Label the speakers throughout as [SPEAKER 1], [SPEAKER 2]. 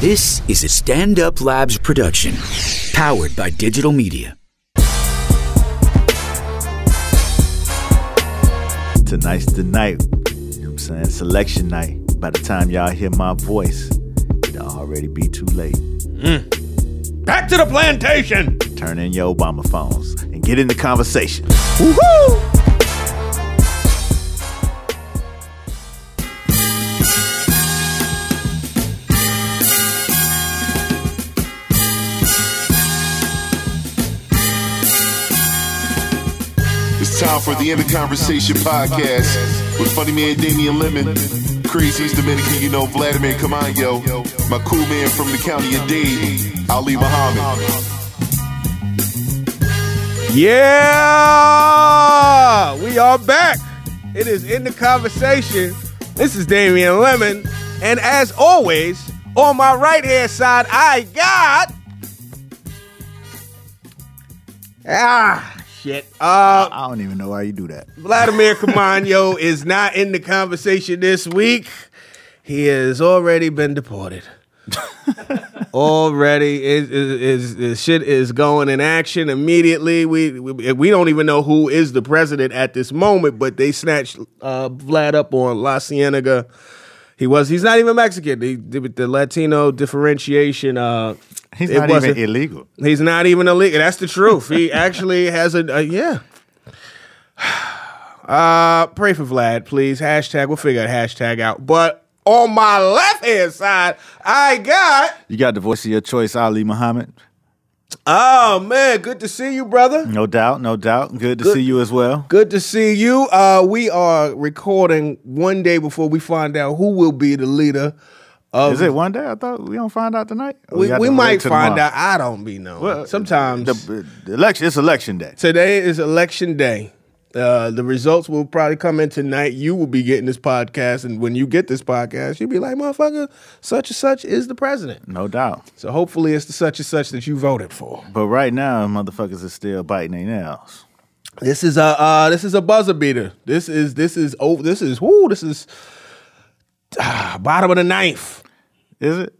[SPEAKER 1] This is a Stand Up Labs production, powered by digital media.
[SPEAKER 2] Tonight's the night. You know what I'm saying? Selection night. By the time y'all hear my voice, it'll already be too late.
[SPEAKER 3] Back to the plantation.
[SPEAKER 2] Turn in your Obama phones and get in the conversation.
[SPEAKER 4] It's time for the Inner Conversation podcast with funny man Damian Lemon, crazy's Dominican, you know, Vladimir Camayo, my cool man from the county of Dade, Ali Muhammad.
[SPEAKER 3] Yeah, we are back. It is in the conversation. This is Damian Lemon, and as always, on my right hand side, I got ah shit. Uh,
[SPEAKER 2] I don't even know why you do that.
[SPEAKER 3] Vladimir Camano is not in the conversation this week. He has already been deported. already is is is shit is going in action immediately. We, we we don't even know who is the president at this moment, but they snatched uh, Vlad up on La Cienega. He was he's not even Mexican. He, with the Latino differentiation, uh,
[SPEAKER 2] He's
[SPEAKER 3] it
[SPEAKER 2] not
[SPEAKER 3] wasn't-
[SPEAKER 2] even illegal.
[SPEAKER 3] He's not even a league. That's the truth. He actually has a, a yeah. Uh, pray for Vlad, please. Hashtag. We'll figure that hashtag out. But on my left hand side, I got.
[SPEAKER 2] You got the voice of your choice, Ali Muhammad.
[SPEAKER 3] Oh man, good to see you, brother.
[SPEAKER 2] No doubt, no doubt. Good to see you as well.
[SPEAKER 3] Good to see you. Uh, we are recording one day before we find out who will be the leader. Of
[SPEAKER 2] Is it one day? I thought Um, we don't find out tonight. Or
[SPEAKER 3] we,
[SPEAKER 2] got
[SPEAKER 3] we
[SPEAKER 2] to wait
[SPEAKER 3] might
[SPEAKER 2] till
[SPEAKER 3] find
[SPEAKER 2] tomorrow?
[SPEAKER 3] out. I don't be knowing.
[SPEAKER 2] Well,
[SPEAKER 3] Sometimes
[SPEAKER 2] the, the election. It's election day.
[SPEAKER 3] Today is election day. Uh, the results will probably come in tonight. You will be getting this podcast, and when you get this podcast, you'll be like, "Motherfucker, such and such is the president."
[SPEAKER 2] No doubt.
[SPEAKER 3] So hopefully, it's the such and such that you voted for.
[SPEAKER 2] But right now, motherfuckers is still biting their nails.
[SPEAKER 3] This is a uh, this is a buzzer beater. This is this is oh this is whoo this is ah, bottom of the knife.
[SPEAKER 2] Is it?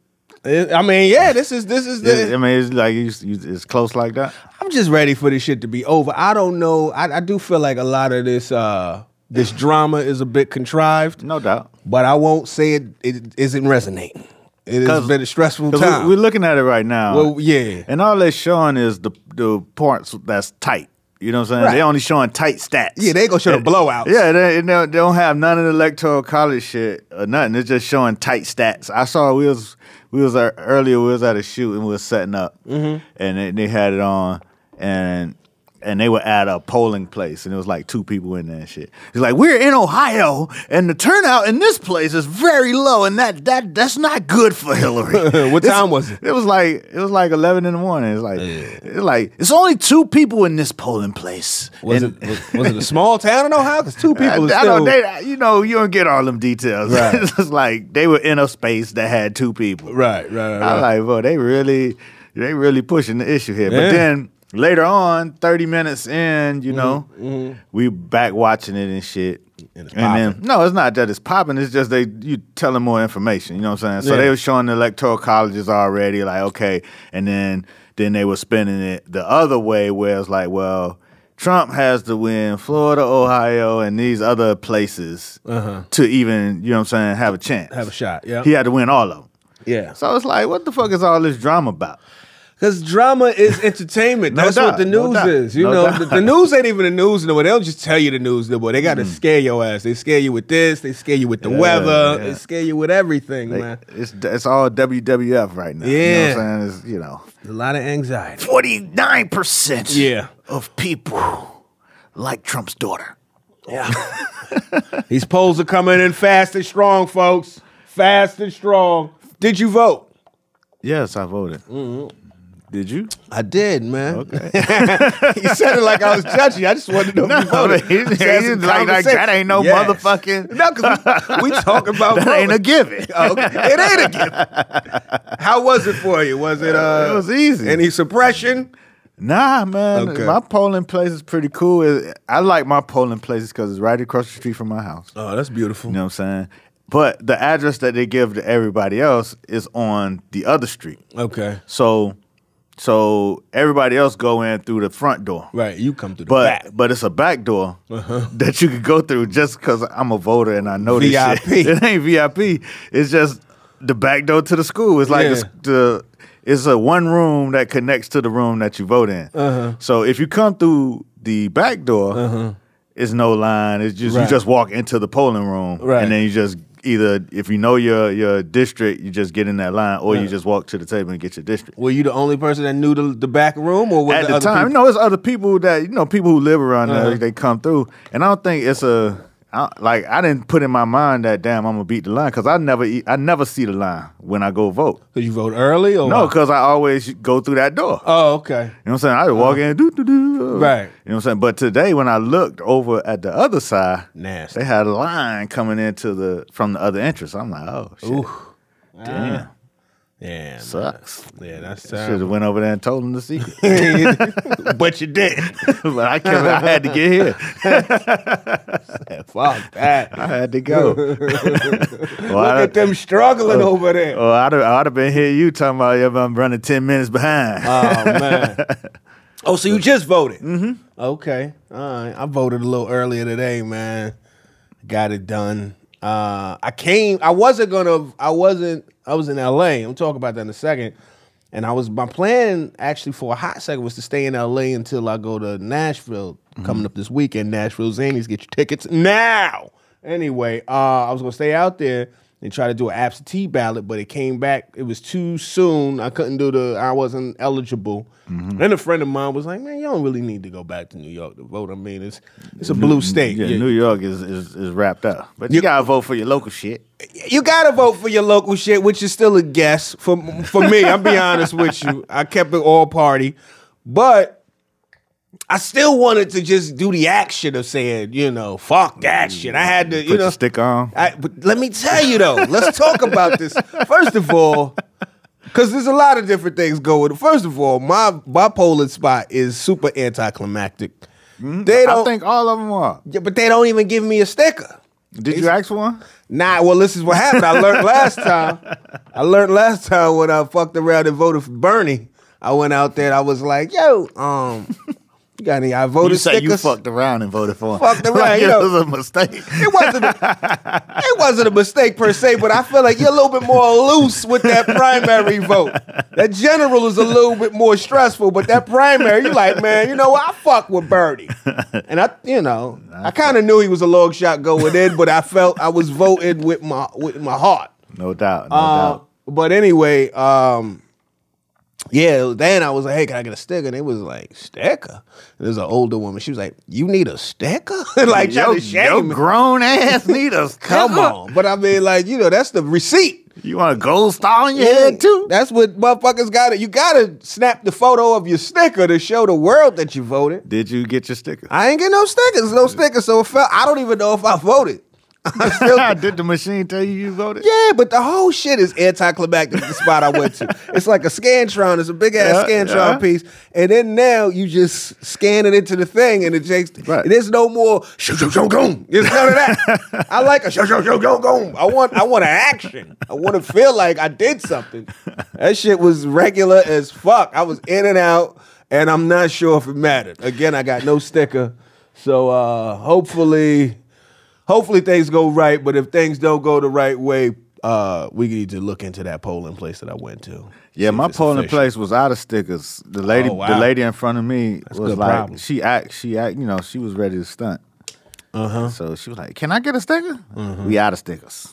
[SPEAKER 3] I mean, yeah, this is this is the,
[SPEAKER 2] I mean, it's like you, you, it's close like that.
[SPEAKER 3] I'm just ready for this shit to be over. I don't know. I, I do feel like a lot of this uh this drama is a bit contrived.
[SPEAKER 2] No doubt.
[SPEAKER 3] but I won't say it, it isn't resonating. It has
[SPEAKER 2] 'Cause-
[SPEAKER 3] been a stressful
[SPEAKER 2] 'Cause
[SPEAKER 3] time.
[SPEAKER 2] We, are looking at it right now.
[SPEAKER 3] Well, yeah.
[SPEAKER 2] And all they're showing is the the parts that's tight. You know what I'm saying?
[SPEAKER 3] Right.
[SPEAKER 2] They're only showing tight stats.
[SPEAKER 3] yeah, they gonna show the blowouts.
[SPEAKER 2] Yeah, they, they don't- they don't have none of the electoral college shit or nothing. It's just showing tight stats. I saw we was we was at, earlier we was at a shoot and we was setting up,
[SPEAKER 3] Mm-hmm.
[SPEAKER 2] and they, they had it on and. And they were at a polling place, and it was like two people in there and shit. It's like we're in Ohio, and the turnout in this place is very low, and that that that's not good for Hillary.
[SPEAKER 3] What
[SPEAKER 2] It's-
[SPEAKER 3] time was it?
[SPEAKER 2] It was like it was like eleven in the morning. It's like it's like it's only two people in this polling place.
[SPEAKER 3] Was
[SPEAKER 2] And-
[SPEAKER 3] it was, was it a small town in Ohio? Because two people. is
[SPEAKER 2] Uh, I, I don't,
[SPEAKER 3] still,
[SPEAKER 2] they, you know, you don't get all them details.
[SPEAKER 3] Right.
[SPEAKER 2] it's just like they were in a space that had two people.
[SPEAKER 3] right, right,
[SPEAKER 2] I
[SPEAKER 3] right.
[SPEAKER 2] like, bro, they really, they really pushing the issue here.
[SPEAKER 3] Yeah. Mm-hmm,
[SPEAKER 2] But then later on, thirty minutes in, you know, we back watching it and shit.
[SPEAKER 3] And it's
[SPEAKER 2] then no, it's not that it's popping. It's just they you telling more information. You know what I'm saying? So
[SPEAKER 3] Yeah.
[SPEAKER 2] they were showing the electoral colleges already, like okay, and then then they were spinning it the other way, where it's like, well. Trump has to win Florida, Ohio, and these other places to even, you know what I'm saying, have a chance.
[SPEAKER 3] Uh-huh. Have a shot, yeah.
[SPEAKER 2] He had to win all of them.
[SPEAKER 3] yeah,
[SPEAKER 2] So it's like, what the fuck is all this drama about?
[SPEAKER 3] because drama is entertainment.
[SPEAKER 2] No
[SPEAKER 3] That's what
[SPEAKER 2] doubt,
[SPEAKER 3] the
[SPEAKER 2] no
[SPEAKER 3] news
[SPEAKER 2] doubt,
[SPEAKER 3] is. You
[SPEAKER 2] no
[SPEAKER 3] know,
[SPEAKER 2] doubt.
[SPEAKER 3] the, the news ain't even the news no more. They don't just tell you the news no more. They got to scare your ass. They scare you with this. They scare you with the
[SPEAKER 2] Yeah,
[SPEAKER 3] weather.
[SPEAKER 2] yeah.
[SPEAKER 3] They scare you with everything,
[SPEAKER 2] Like,
[SPEAKER 3] man.
[SPEAKER 2] it's it's all WWF right now.
[SPEAKER 3] Yeah.
[SPEAKER 2] You know what I'm saying? It's, you know,
[SPEAKER 3] A lot of anxiety.
[SPEAKER 2] 49%
[SPEAKER 3] Yeah.
[SPEAKER 2] of people like Trump's daughter.
[SPEAKER 3] Yeah. These polls are coming in fast and strong, folks. Fast and strong. Did you vote?
[SPEAKER 2] Yes, I voted. Mm-hmm. Did you?
[SPEAKER 3] I did, man. you said it like I was judging. I just wanted to know. if
[SPEAKER 2] No,
[SPEAKER 3] you voted.
[SPEAKER 2] he- he-
[SPEAKER 3] Just had some
[SPEAKER 2] he's like, like,
[SPEAKER 3] conversation.
[SPEAKER 2] that ain't no
[SPEAKER 3] Yes.
[SPEAKER 2] motherfucking-
[SPEAKER 3] No, because we, we talk about
[SPEAKER 2] That ain't a
[SPEAKER 3] voting.
[SPEAKER 2] given.
[SPEAKER 3] Oh, okay. It ain't a gift. How was it for you? Was it? Uh,
[SPEAKER 2] It was easy.
[SPEAKER 3] Any suppression?
[SPEAKER 2] Nah, man.
[SPEAKER 3] Okay.
[SPEAKER 2] My polling place is pretty cool. It- I like my polling places because it's right across the street from my house.
[SPEAKER 3] Oh, that's beautiful.
[SPEAKER 2] You know what I'm saying? But the address that they give to everybody else is on the other street.
[SPEAKER 3] Okay.
[SPEAKER 2] So so everybody else go in through the front door.
[SPEAKER 3] Right. You come through the
[SPEAKER 2] But
[SPEAKER 3] back. Uh-huh.
[SPEAKER 2] but it's a back door that you could go through just because I'm a voter and I know this shit. It
[SPEAKER 3] VIP.
[SPEAKER 2] ain't VIP. It's just the back door to the school. It's like
[SPEAKER 3] Yeah.
[SPEAKER 2] this- the it's a one room that connects to the room that you vote in.
[SPEAKER 3] Uh-huh.
[SPEAKER 2] So if you come through the back door, it's no line. It's just you
[SPEAKER 3] Right.
[SPEAKER 2] just walk into the polling room,
[SPEAKER 3] Right.
[SPEAKER 2] and then you just either if you know your your district, you just get in that line, or you just walk to the table and get your district
[SPEAKER 3] Were you the only person that knew the, the back room, or was
[SPEAKER 2] at the, time.
[SPEAKER 3] People?
[SPEAKER 2] No, it's other people that you know, people who live around
[SPEAKER 3] Uh-huh.
[SPEAKER 2] there. They come through, and I don't think it's a I, like I didn't put in my mind that damn I'm gonna beat the line because I never e- I never see the line when I go vote.
[SPEAKER 3] Did you vote early, or
[SPEAKER 2] No, because I always go through that door.
[SPEAKER 3] Oh, okay.
[SPEAKER 2] You know what I'm saying? I just walk in, do do do.
[SPEAKER 3] Uh-huh. Right.
[SPEAKER 2] You know what I'm saying? But today, when I looked over at the other side,
[SPEAKER 3] Nasty.
[SPEAKER 2] they had a line coming into the from the other entrance. I'm like, oh shit,
[SPEAKER 3] Ooh.
[SPEAKER 2] damn,
[SPEAKER 3] Yeah. man.
[SPEAKER 2] sucks.
[SPEAKER 3] Yeah, that's
[SPEAKER 2] Should
[SPEAKER 3] terrible.
[SPEAKER 2] have went over there and told them the secret,
[SPEAKER 3] but you did.
[SPEAKER 2] but I kept, I had to get here.
[SPEAKER 3] Fuck that.
[SPEAKER 2] I had to go. well,
[SPEAKER 3] Look at them struggling over there.
[SPEAKER 2] Well, Oh, I'd have, I'd have been here. You talking about if I'm running ten minutes behind?
[SPEAKER 3] Oh man. oh, so you just voted? Mm-hmm. Okay. All right. I voted a little earlier today, man. Got it done. Uh, I came. I wasn't gonna. I wasn't. I was in L.A. I'm talking about that in a second. And I was my plan actually for a hot second was to stay in L.A. until I go to Nashville
[SPEAKER 2] Mm-hmm.
[SPEAKER 3] coming up this weekend. Nashville Zanies, get your tickets now. Anyway, uh, I was gonna stay out there and try to do an absentee ballot, but it came back. It was too soon. I couldn't do the. I wasn't eligible.
[SPEAKER 2] Mm-hmm.
[SPEAKER 3] Then a friend of mine was like, "Man, you don't really need to go back to New York to vote. I mean, it's it's a blue state.
[SPEAKER 2] yeah,
[SPEAKER 3] You-
[SPEAKER 2] New York is, is is wrapped up, but you, gotta vote for your local shit.
[SPEAKER 3] you gotta vote for your local shit, which is still a guess for for me. I'm being honest with you. I kept it all party, but I still wanted to just do the action of saying, you know, fuck that shit. I had to, you
[SPEAKER 2] Mm, Put
[SPEAKER 3] know,
[SPEAKER 2] your stick on.
[SPEAKER 3] I, but let me tell you though. let's talk about this first of all, because there's a lot of different things going. First of all, my my polling spot is super anticlimactic. They
[SPEAKER 2] Mm, I
[SPEAKER 3] don't,
[SPEAKER 2] think all of them are.
[SPEAKER 3] yeah, but they don't even give me a sticker.
[SPEAKER 2] Did you ask for one?
[SPEAKER 3] Nah, well, this is what happened. I learned last time. I learned last time when I fucked around and voted for Bernie. I went out there and I was like, yo, um, you got any I voted
[SPEAKER 2] You said you
[SPEAKER 3] Oh, stickers?
[SPEAKER 2] fucked around and voted for him.
[SPEAKER 3] Fucked around,
[SPEAKER 2] like
[SPEAKER 3] you
[SPEAKER 2] it
[SPEAKER 3] know.
[SPEAKER 2] was a mistake.
[SPEAKER 3] It wasn't, a, it wasn't a mistake per se, but I feel like you're a little bit more loose with that primary vote. That general is a little bit more stressful, but that primary, you're like, man, you know what? I fuck with Bernie. And I, you know, I kind of knew he was a long shot going in, but I felt I was voting with my with my heart.
[SPEAKER 2] No doubt, no
[SPEAKER 3] Uh,
[SPEAKER 2] doubt.
[SPEAKER 3] but anyway, um, yeah, then I was like, hey, can I get a sticker? And they was like, sticker? And there's an older woman. She was like, you need a sticker? like,
[SPEAKER 2] Yo,
[SPEAKER 3] trying to shame me.
[SPEAKER 2] grown ass need a
[SPEAKER 3] Come on. But I mean, like, you know, that's the receipt.
[SPEAKER 2] You want a gold star on your head too?
[SPEAKER 3] That's what motherfuckers got to. You got to snap the photo of your sticker to show the world that you voted.
[SPEAKER 2] Did you get your sticker?
[SPEAKER 3] I ain't getting no stickers, no stickers. So it felt, I don't even know if I voted. I still
[SPEAKER 2] Did the machine tell you you voted?
[SPEAKER 3] Yeah, but the whole shit is anticlimactic. The spot I went to, it's like a scantron. It's a big ass
[SPEAKER 2] Yeah,
[SPEAKER 3] scantron
[SPEAKER 2] yeah.
[SPEAKER 3] piece, and then now you just scan it into the thing, and it takes.
[SPEAKER 2] Right.
[SPEAKER 3] There's no more shoo shoo shoo goom. There's none of that. I like a shoo shoo shoo shoo goom. I want I want an action. I want to feel like I did something. That shit was regular as fuck. I was in and out, and I'm not sure if it mattered. Again, I got no sticker, so uh hopefully hopefully things go right. But if things don't go the right way, uh, we need to look into that polling place that I went to. See
[SPEAKER 2] Yeah,
[SPEAKER 3] if
[SPEAKER 2] my
[SPEAKER 3] it's
[SPEAKER 2] polling
[SPEAKER 3] official.
[SPEAKER 2] place was out of stickers. The lady,
[SPEAKER 3] Oh, wow.
[SPEAKER 2] the lady in front of me was
[SPEAKER 3] good
[SPEAKER 2] like,
[SPEAKER 3] problem.
[SPEAKER 2] she act, she act, you know, she was ready to stunt. Uh
[SPEAKER 3] Uh-huh.
[SPEAKER 2] huh. So she was like, "Can I get a sticker?
[SPEAKER 3] Mm-hmm.
[SPEAKER 2] We out of stickers."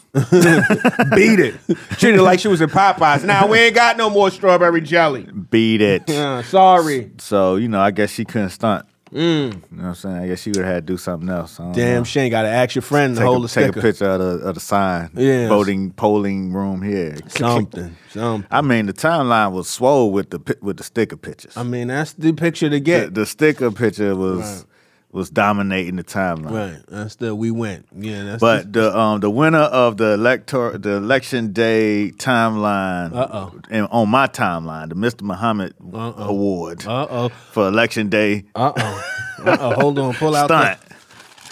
[SPEAKER 3] Beat it. Treated like she was in Popeyes. Now we ain't got no more strawberry jelly.
[SPEAKER 2] Beat it.
[SPEAKER 3] Uh, sorry.
[SPEAKER 2] so you know, I guess she couldn't stunt. You know what I'm saying? I guess she would have had to do something else. I don't
[SPEAKER 3] Mm. Damn
[SPEAKER 2] know.
[SPEAKER 3] shame. Got to ask your friend to
[SPEAKER 2] Take,
[SPEAKER 3] hold
[SPEAKER 2] a,
[SPEAKER 3] the
[SPEAKER 2] take a
[SPEAKER 3] sticker.
[SPEAKER 2] picture of the, of the sign.
[SPEAKER 3] Yes.
[SPEAKER 2] Voting polling room here.
[SPEAKER 3] Something. Something.
[SPEAKER 2] I mean, the timeline was swole with the pi- with the sticker pictures.
[SPEAKER 3] I mean, that's the picture to
[SPEAKER 2] the,
[SPEAKER 3] get.
[SPEAKER 2] the sticker picture was was dominating the timeline.
[SPEAKER 3] right. That's the we went. Yeah. That's
[SPEAKER 2] But the um the winner of the elector the election day timeline
[SPEAKER 3] Uh-oh.
[SPEAKER 2] and on my timeline, the Mr. Muhammad award
[SPEAKER 3] Uh oh.
[SPEAKER 2] for election day
[SPEAKER 3] Uh oh. Uh oh. Hold on. Pull out.
[SPEAKER 2] stunt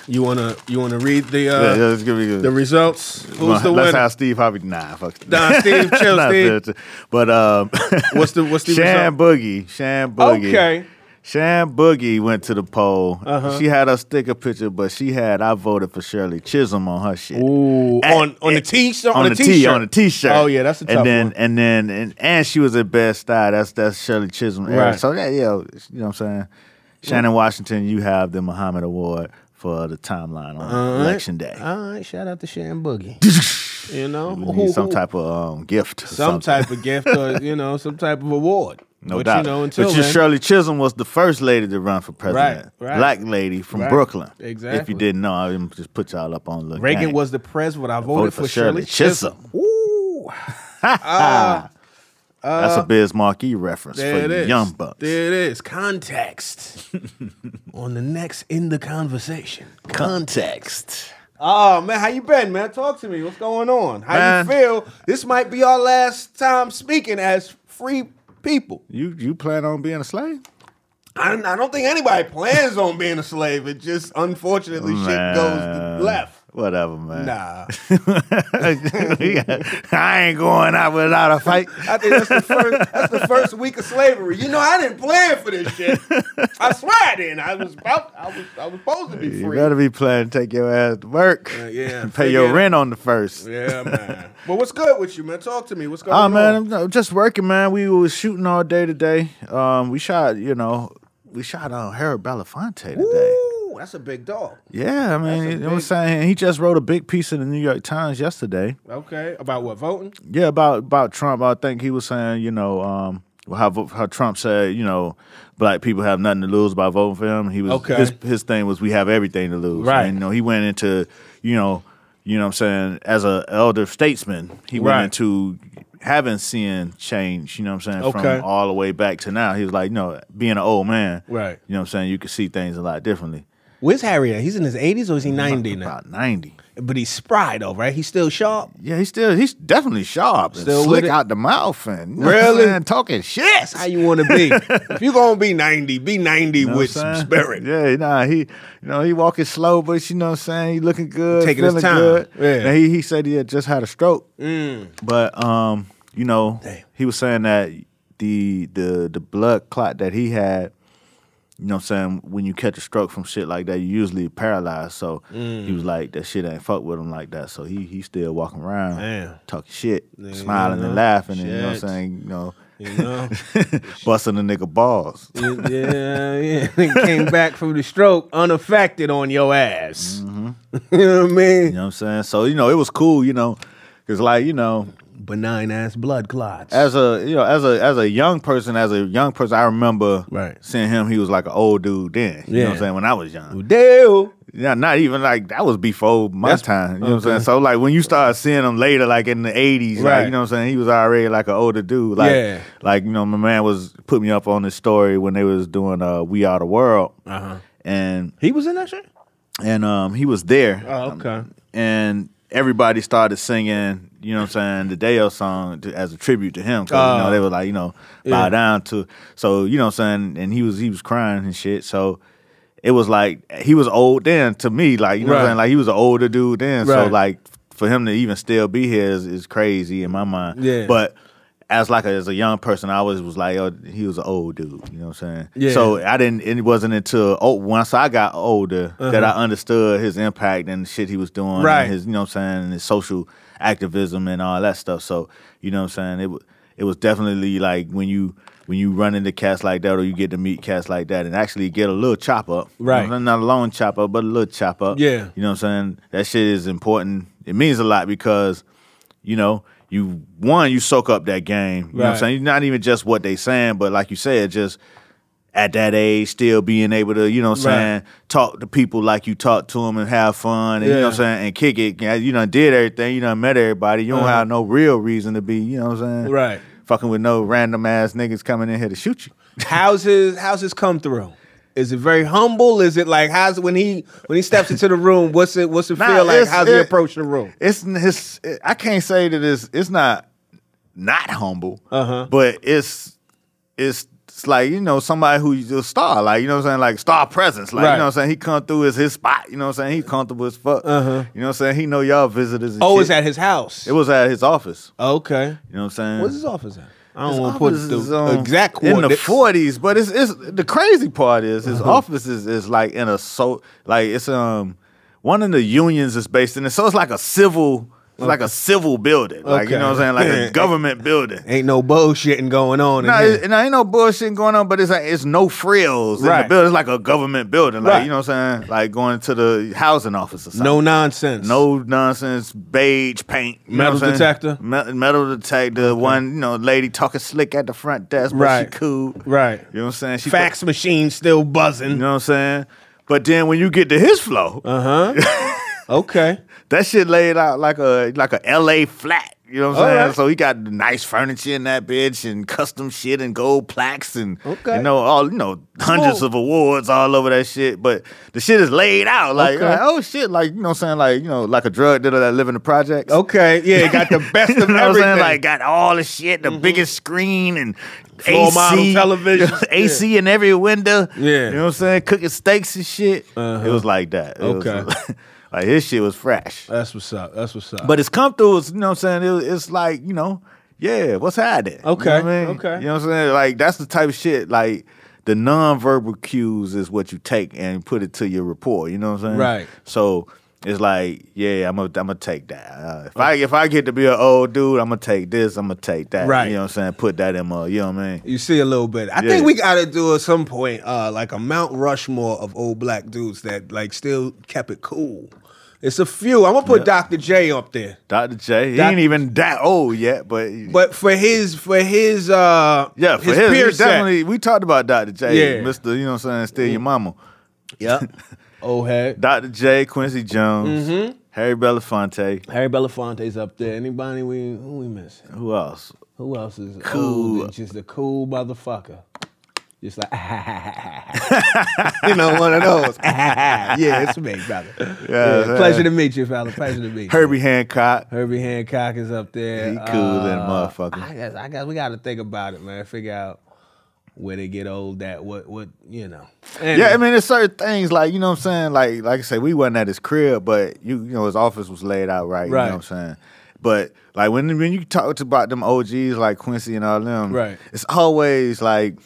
[SPEAKER 3] You wanna you wanna read the uh,
[SPEAKER 2] yeah, yeah, it's gonna be good.
[SPEAKER 3] the results? Who's
[SPEAKER 2] Well,
[SPEAKER 3] the
[SPEAKER 2] Let's
[SPEAKER 3] winner?
[SPEAKER 2] have Steve Hobby. Nah, fuck Steve.
[SPEAKER 3] Nah, Steve, chill,
[SPEAKER 2] Nah,
[SPEAKER 3] Steve.
[SPEAKER 2] But um,
[SPEAKER 3] What's the what's the
[SPEAKER 2] Shan
[SPEAKER 3] result?
[SPEAKER 2] Boogie. Shan Boogie.
[SPEAKER 3] Okay. Uh-huh.
[SPEAKER 2] Shan Boogie went to the poll. She had her sticker picture, but she had I voted for Shirley Chisholm on her shit.
[SPEAKER 3] Ooh,
[SPEAKER 2] At-
[SPEAKER 3] on on the t shirt
[SPEAKER 2] on the t on the t shirt.
[SPEAKER 3] Oh yeah, that's a tough
[SPEAKER 2] and then,
[SPEAKER 3] one.
[SPEAKER 2] And then and and she was at Best Style. That's that's Shirley Chisholm. era.
[SPEAKER 3] Right.
[SPEAKER 2] So yeah, yeah, you know what I'm saying. Shannon Washington, you have the Muhammad Award for the timeline on
[SPEAKER 3] Uh,
[SPEAKER 2] election day.
[SPEAKER 3] All right, shout out to Shan Boogie. you know,
[SPEAKER 2] We need some
[SPEAKER 3] Who- who-
[SPEAKER 2] type of um, gift. or
[SPEAKER 3] some
[SPEAKER 2] something.
[SPEAKER 3] type of gift or you know some type of award.
[SPEAKER 2] No
[SPEAKER 3] but,
[SPEAKER 2] doubt.
[SPEAKER 3] You know, until
[SPEAKER 2] but your
[SPEAKER 3] then-
[SPEAKER 2] Shirley Chisholm was the first lady to run for president.
[SPEAKER 3] Right, right.
[SPEAKER 2] Black lady from
[SPEAKER 3] Right.
[SPEAKER 2] Brooklyn. If
[SPEAKER 3] Exactly.
[SPEAKER 2] you didn't know, I didn't just put y'all up on the
[SPEAKER 3] Reagan
[SPEAKER 2] gang.
[SPEAKER 3] was the president. I voted,
[SPEAKER 2] voted
[SPEAKER 3] for,
[SPEAKER 2] for Shirley Chisholm.
[SPEAKER 3] Ooh,
[SPEAKER 2] That's a Biz Markie reference
[SPEAKER 3] Uh, there
[SPEAKER 2] for
[SPEAKER 3] it
[SPEAKER 2] you
[SPEAKER 3] is.
[SPEAKER 2] young bucks.
[SPEAKER 3] There it is. Context on the next in the conversation.
[SPEAKER 2] Context.
[SPEAKER 3] Oh man, how you been, man? Talk to me. What's going on? How
[SPEAKER 2] Man.
[SPEAKER 3] you feel? This might be our last time speaking as free people.
[SPEAKER 2] You you plan on being a slave?
[SPEAKER 3] I, I don't think anybody plans on being a slave. It just unfortunately shit goes to
[SPEAKER 2] Man,
[SPEAKER 3] left.
[SPEAKER 2] Whatever, man.
[SPEAKER 3] Nah.
[SPEAKER 2] I ain't going out without a fight.
[SPEAKER 3] I think that's the first that's the first week of slavery. You know, I didn't plan for this shit. I swear I didn't. I was about I was I was supposed to be
[SPEAKER 2] You
[SPEAKER 3] free.
[SPEAKER 2] better be planning to take your ass to work.
[SPEAKER 3] Uh, yeah,
[SPEAKER 2] and pay your
[SPEAKER 3] figure.
[SPEAKER 2] rent on the first.
[SPEAKER 3] Yeah, man. But what's good with you, man? Talk to me. What's going
[SPEAKER 2] Oh
[SPEAKER 3] on?
[SPEAKER 2] man, I'm- I'm just working, man. We was shooting all day today. Um, we shot, you know, we shot on Harold Belafonte today.
[SPEAKER 3] Ooh, that's a big dog.
[SPEAKER 2] Yeah, I mean,
[SPEAKER 3] a
[SPEAKER 2] you know what I'm
[SPEAKER 3] big-
[SPEAKER 2] saying. He just wrote a big piece in the New York Times yesterday.
[SPEAKER 3] Okay. About what, voting?
[SPEAKER 2] Yeah, about about Trump. I think he was saying, you know, um, how vo- how Trump said, you know, black people have nothing to lose by voting for him. He was
[SPEAKER 3] Okay.
[SPEAKER 2] his his thing was we have everything to lose.
[SPEAKER 3] Right.
[SPEAKER 2] And, you know, he went into, you know, you know what I'm saying, as a elder statesman, he went
[SPEAKER 3] Right.
[SPEAKER 2] into having seen change, you know what I'm saying,
[SPEAKER 3] Okay.
[SPEAKER 2] from all the way back to now. He was like, you know, being an old man,
[SPEAKER 3] Right.
[SPEAKER 2] You know what I'm saying, you could see things a lot differently.
[SPEAKER 3] Where's Harry at? He's in his 80s or is he 90 now?
[SPEAKER 2] About ninety.
[SPEAKER 3] But he's spry though, right? He's still sharp.
[SPEAKER 2] Yeah, he's still he's definitely sharp. and
[SPEAKER 3] Still with
[SPEAKER 2] slick
[SPEAKER 3] it?
[SPEAKER 2] out the mouth and you know what I'm
[SPEAKER 3] Really?
[SPEAKER 2] saying, talking shit.
[SPEAKER 3] That's how you want to be. if you're going to be 90, be 90
[SPEAKER 2] know
[SPEAKER 3] with
[SPEAKER 2] what
[SPEAKER 3] some
[SPEAKER 2] I'm saying?
[SPEAKER 3] spirit.
[SPEAKER 2] Yeah, nah, he, you know, he walking slow, but you know what I'm saying? He looking good,
[SPEAKER 3] Taking his
[SPEAKER 2] feeling
[SPEAKER 3] time.
[SPEAKER 2] good.
[SPEAKER 3] Yeah. Mm.
[SPEAKER 2] And he, he said he had just had a stroke. But um, you know,
[SPEAKER 3] Damn.
[SPEAKER 2] he was saying that the the the blood clot that he had, you know what I'm saying, when you catch a stroke from shit like that, you usually paralyzed. So
[SPEAKER 3] Mm.
[SPEAKER 2] he was like, that shit ain't fuck with him like that. So he he still walking around
[SPEAKER 3] Damn.
[SPEAKER 2] talking shit,
[SPEAKER 3] Nigga,
[SPEAKER 2] smiling
[SPEAKER 3] you know,
[SPEAKER 2] and laughing, and you know what I'm
[SPEAKER 3] shit.
[SPEAKER 2] saying, you know,
[SPEAKER 3] You know?
[SPEAKER 2] busting the nigga balls.
[SPEAKER 3] yeah, yeah. They came back from the stroke unaffected on your ass. you know what I mean?
[SPEAKER 2] You know what I'm saying? So, you know, it was cool, you know, because like, you know,
[SPEAKER 3] Benign ass blood clots.
[SPEAKER 2] as a you know, as a as a young person, as a young person, I remember
[SPEAKER 3] Right.
[SPEAKER 2] seeing him, he was like an old dude then. You know what
[SPEAKER 3] Yeah.
[SPEAKER 2] I'm saying? When I was young.
[SPEAKER 3] Deal.
[SPEAKER 2] Yeah, not even like that was before my
[SPEAKER 3] That's-
[SPEAKER 2] time. You know what I'm
[SPEAKER 3] okay.
[SPEAKER 2] saying? So like when you start seeing him later, like in the eighties,
[SPEAKER 3] Right.
[SPEAKER 2] like you know what I'm saying, he was already like an older dude. Like
[SPEAKER 3] Yeah.
[SPEAKER 2] like, you know, my man was put me up on this story when they was doing uh We Are the World.
[SPEAKER 3] Uh-huh.
[SPEAKER 2] And
[SPEAKER 3] He was in that shit?
[SPEAKER 2] and um he was there.
[SPEAKER 3] Oh, okay.
[SPEAKER 2] and everybody started singing, you know what I'm saying, the Dale song to, as a tribute to him. 'cause, you
[SPEAKER 3] Oh.
[SPEAKER 2] know, they were like, you know, bow
[SPEAKER 3] Yeah.
[SPEAKER 2] down to. So, you know what I'm saying? And he was he was crying and shit. So it was like he was old then to me, like, you know what I'm
[SPEAKER 3] Right.
[SPEAKER 2] saying? Like he was an older dude then. So
[SPEAKER 3] Right.
[SPEAKER 2] like for him to even still be here is, is crazy in my mind.
[SPEAKER 3] Yeah.
[SPEAKER 2] But as like a, as a young person, I always was like, oh, he was an old dude. You know what I'm saying?
[SPEAKER 3] Yeah.
[SPEAKER 2] So I didn't. It wasn't until oh, once I got older that I understood his impact and the shit he was doing, and
[SPEAKER 3] Uh-huh. Right.
[SPEAKER 2] his, you know what I'm saying, and his social activism and all that stuff. So you know what I'm saying. It wa- it was definitely like when you when you run into cats like that or you get to meet cats like that and actually get a little chop up, You know,
[SPEAKER 3] Right.
[SPEAKER 2] not a long chop up, but a little chop up.
[SPEAKER 3] Yeah.
[SPEAKER 2] You know what I'm saying? That shit is important. It means a lot because, you know, you one, you soak up that game. You know what I'm
[SPEAKER 3] Right.
[SPEAKER 2] saying? You're not even just what they saying, but like you said, just at that age, still being able to, you know what I'm
[SPEAKER 3] Right.
[SPEAKER 2] saying, talk to people like you talk to them and have fun and, you know what I'm
[SPEAKER 3] Yeah.
[SPEAKER 2] saying, and kick it. Yeah, You done did everything, you done met everybody. You don't
[SPEAKER 3] Uh-huh.
[SPEAKER 2] have no real reason to be, you know what I'm saying?
[SPEAKER 3] Right.
[SPEAKER 2] Fucking with no random ass niggas coming in here to shoot you.
[SPEAKER 3] How's his how's his come through? Is it very humble? Is it like how's when he when he steps into the room? What's it what's it
[SPEAKER 2] Nah,
[SPEAKER 3] feel like?
[SPEAKER 2] it's-
[SPEAKER 3] How's he
[SPEAKER 2] it-
[SPEAKER 3] approach the room?
[SPEAKER 2] it's it's I can't say that it's it's not not humble,
[SPEAKER 3] Uh-huh.
[SPEAKER 2] but it's it's It's like, you know, somebody who's a star, like, you know what I'm saying? Like star presence. Like,
[SPEAKER 3] Right. Uh-huh.
[SPEAKER 2] you know what I'm saying? He come through is his spot. You know what I'm saying? He comfortable as fuck. You know what I'm saying? He know y'all visitors and
[SPEAKER 3] Oh,
[SPEAKER 2] shit.
[SPEAKER 3] it's at his house.
[SPEAKER 2] It was at his office.
[SPEAKER 3] okay.
[SPEAKER 2] You know what I'm saying?
[SPEAKER 3] What's his office at? I don't
[SPEAKER 2] His
[SPEAKER 3] want to put
[SPEAKER 2] office is
[SPEAKER 3] the
[SPEAKER 2] on-
[SPEAKER 3] exact
[SPEAKER 2] in the
[SPEAKER 3] coordinates. Uh-huh.
[SPEAKER 2] forties, but it's it's the crazy part is his office is, is like in a so like it's um one of the unions is based in it, so it's like a civil it's like a civil building, like you know what I'm saying, like
[SPEAKER 3] Okay.
[SPEAKER 2] a government building.
[SPEAKER 3] Ain't no bullshitting going on.
[SPEAKER 2] No,
[SPEAKER 3] in
[SPEAKER 2] it,
[SPEAKER 3] here.
[SPEAKER 2] no, ain't no bullshit going on, but it's like it's no frills in
[SPEAKER 3] Right.
[SPEAKER 2] the building. It's like a government building, like
[SPEAKER 3] Right.
[SPEAKER 2] you know what I'm saying, like going to the housing office or something.
[SPEAKER 3] no nonsense.
[SPEAKER 2] No nonsense, beige paint, you know
[SPEAKER 3] Metal
[SPEAKER 2] what I'm saying?
[SPEAKER 3] detector?
[SPEAKER 2] Me- metal detector. One, you know, lady talking slick at the front desk, but
[SPEAKER 3] Right.
[SPEAKER 2] she cool,
[SPEAKER 3] Right.
[SPEAKER 2] You know what I'm saying? She
[SPEAKER 3] fax machine still buzzing.
[SPEAKER 2] you know what I'm saying? But then when you get to his flow,
[SPEAKER 3] Uh-huh. Okay.
[SPEAKER 2] that shit laid out like a like a L.A. flat. You know what I'm saying?
[SPEAKER 3] Alright.
[SPEAKER 2] So he got nice furniture in that bitch and custom shit and gold plaques and
[SPEAKER 3] Okay.
[SPEAKER 2] you know all you know hundreds
[SPEAKER 3] Cool.
[SPEAKER 2] of awards all over that shit. But the shit is laid out like,
[SPEAKER 3] Okay.
[SPEAKER 2] like, oh shit, like you know what I'm saying? Like you know like a drug dealer that live in the projects.
[SPEAKER 3] Okay. Yeah, it got the best
[SPEAKER 2] You
[SPEAKER 3] of
[SPEAKER 2] know what I'm
[SPEAKER 3] everything.
[SPEAKER 2] saying? Like got all the shit, the biggest screen and
[SPEAKER 3] Floor
[SPEAKER 2] AC,
[SPEAKER 3] model television.
[SPEAKER 2] AC in every window.
[SPEAKER 3] Yeah.
[SPEAKER 2] you know what I'm saying? Cooking steaks and shit. Uh-huh. It was like that. It was-
[SPEAKER 3] Okay.
[SPEAKER 2] like his shit was fresh,
[SPEAKER 3] That's what's up. That's what's up.
[SPEAKER 2] but his come through is you know what I'm saying. It, was- it's like you know, yeah, what's happening?
[SPEAKER 3] Okay,
[SPEAKER 2] you know what I mean?
[SPEAKER 3] okay.
[SPEAKER 2] You know what I'm saying? Like that's the type of shit. Like the non-verbal cues is what you take and put it to your rapport. You know what I'm saying?
[SPEAKER 3] Right.
[SPEAKER 2] So. It's like, yeah, I'm gonna I'm gonna take that. Uh, if I if I get to be an old dude, I'm gonna take this. I'm gonna take that.
[SPEAKER 3] Right.
[SPEAKER 2] You know what I'm saying? Put that in my. You know what I mean?
[SPEAKER 3] you see a little bit. I
[SPEAKER 2] Yeah.
[SPEAKER 3] think we got to do at some point uh, like a Mount Rushmore of old black dudes that like still kept it cool. It's a few. I'm gonna put Dr. J up there,
[SPEAKER 2] Dr. J, he
[SPEAKER 3] Doc-
[SPEAKER 2] ain't even that old yet, but
[SPEAKER 3] but for his for his uh
[SPEAKER 2] yeah, for his,
[SPEAKER 3] peer
[SPEAKER 2] he
[SPEAKER 3] set.
[SPEAKER 2] definitely. We talked about Dr. J,
[SPEAKER 3] Yeah.
[SPEAKER 2] Mister. You know what I'm saying? Steal your mama.
[SPEAKER 3] Yeah. Old head.
[SPEAKER 2] Dr. J, Quincy Jones,
[SPEAKER 3] Mm-hmm.
[SPEAKER 2] Harry Belafonte.
[SPEAKER 3] Harry Belafonte's up there. Anybody we who we miss?
[SPEAKER 2] Who else?
[SPEAKER 3] Who else is
[SPEAKER 2] Cool.
[SPEAKER 3] old and just a cool motherfucker? Just like you know, one of those. yeah, it's me, brother. Yeah,
[SPEAKER 2] yeah.
[SPEAKER 3] pleasure to meet you, fella. Pleasure to meet you.
[SPEAKER 2] Herbie Hancock.
[SPEAKER 3] Herbie Hancock is up there.
[SPEAKER 2] He cool than a
[SPEAKER 3] Uh,
[SPEAKER 2] motherfucker.
[SPEAKER 3] I guess I guess we got to think about it, man. Figure out where they get old. That what what you know.
[SPEAKER 2] Yeah, I mean, there's certain things like you know what I'm saying. Like, like I say, we wasn't at his crib, but you, you know, his office was laid out right. You
[SPEAKER 3] Right.
[SPEAKER 2] know what I'm saying. But like when when you talked about them OGs like Quincy and all them,
[SPEAKER 3] Right.
[SPEAKER 2] It's always like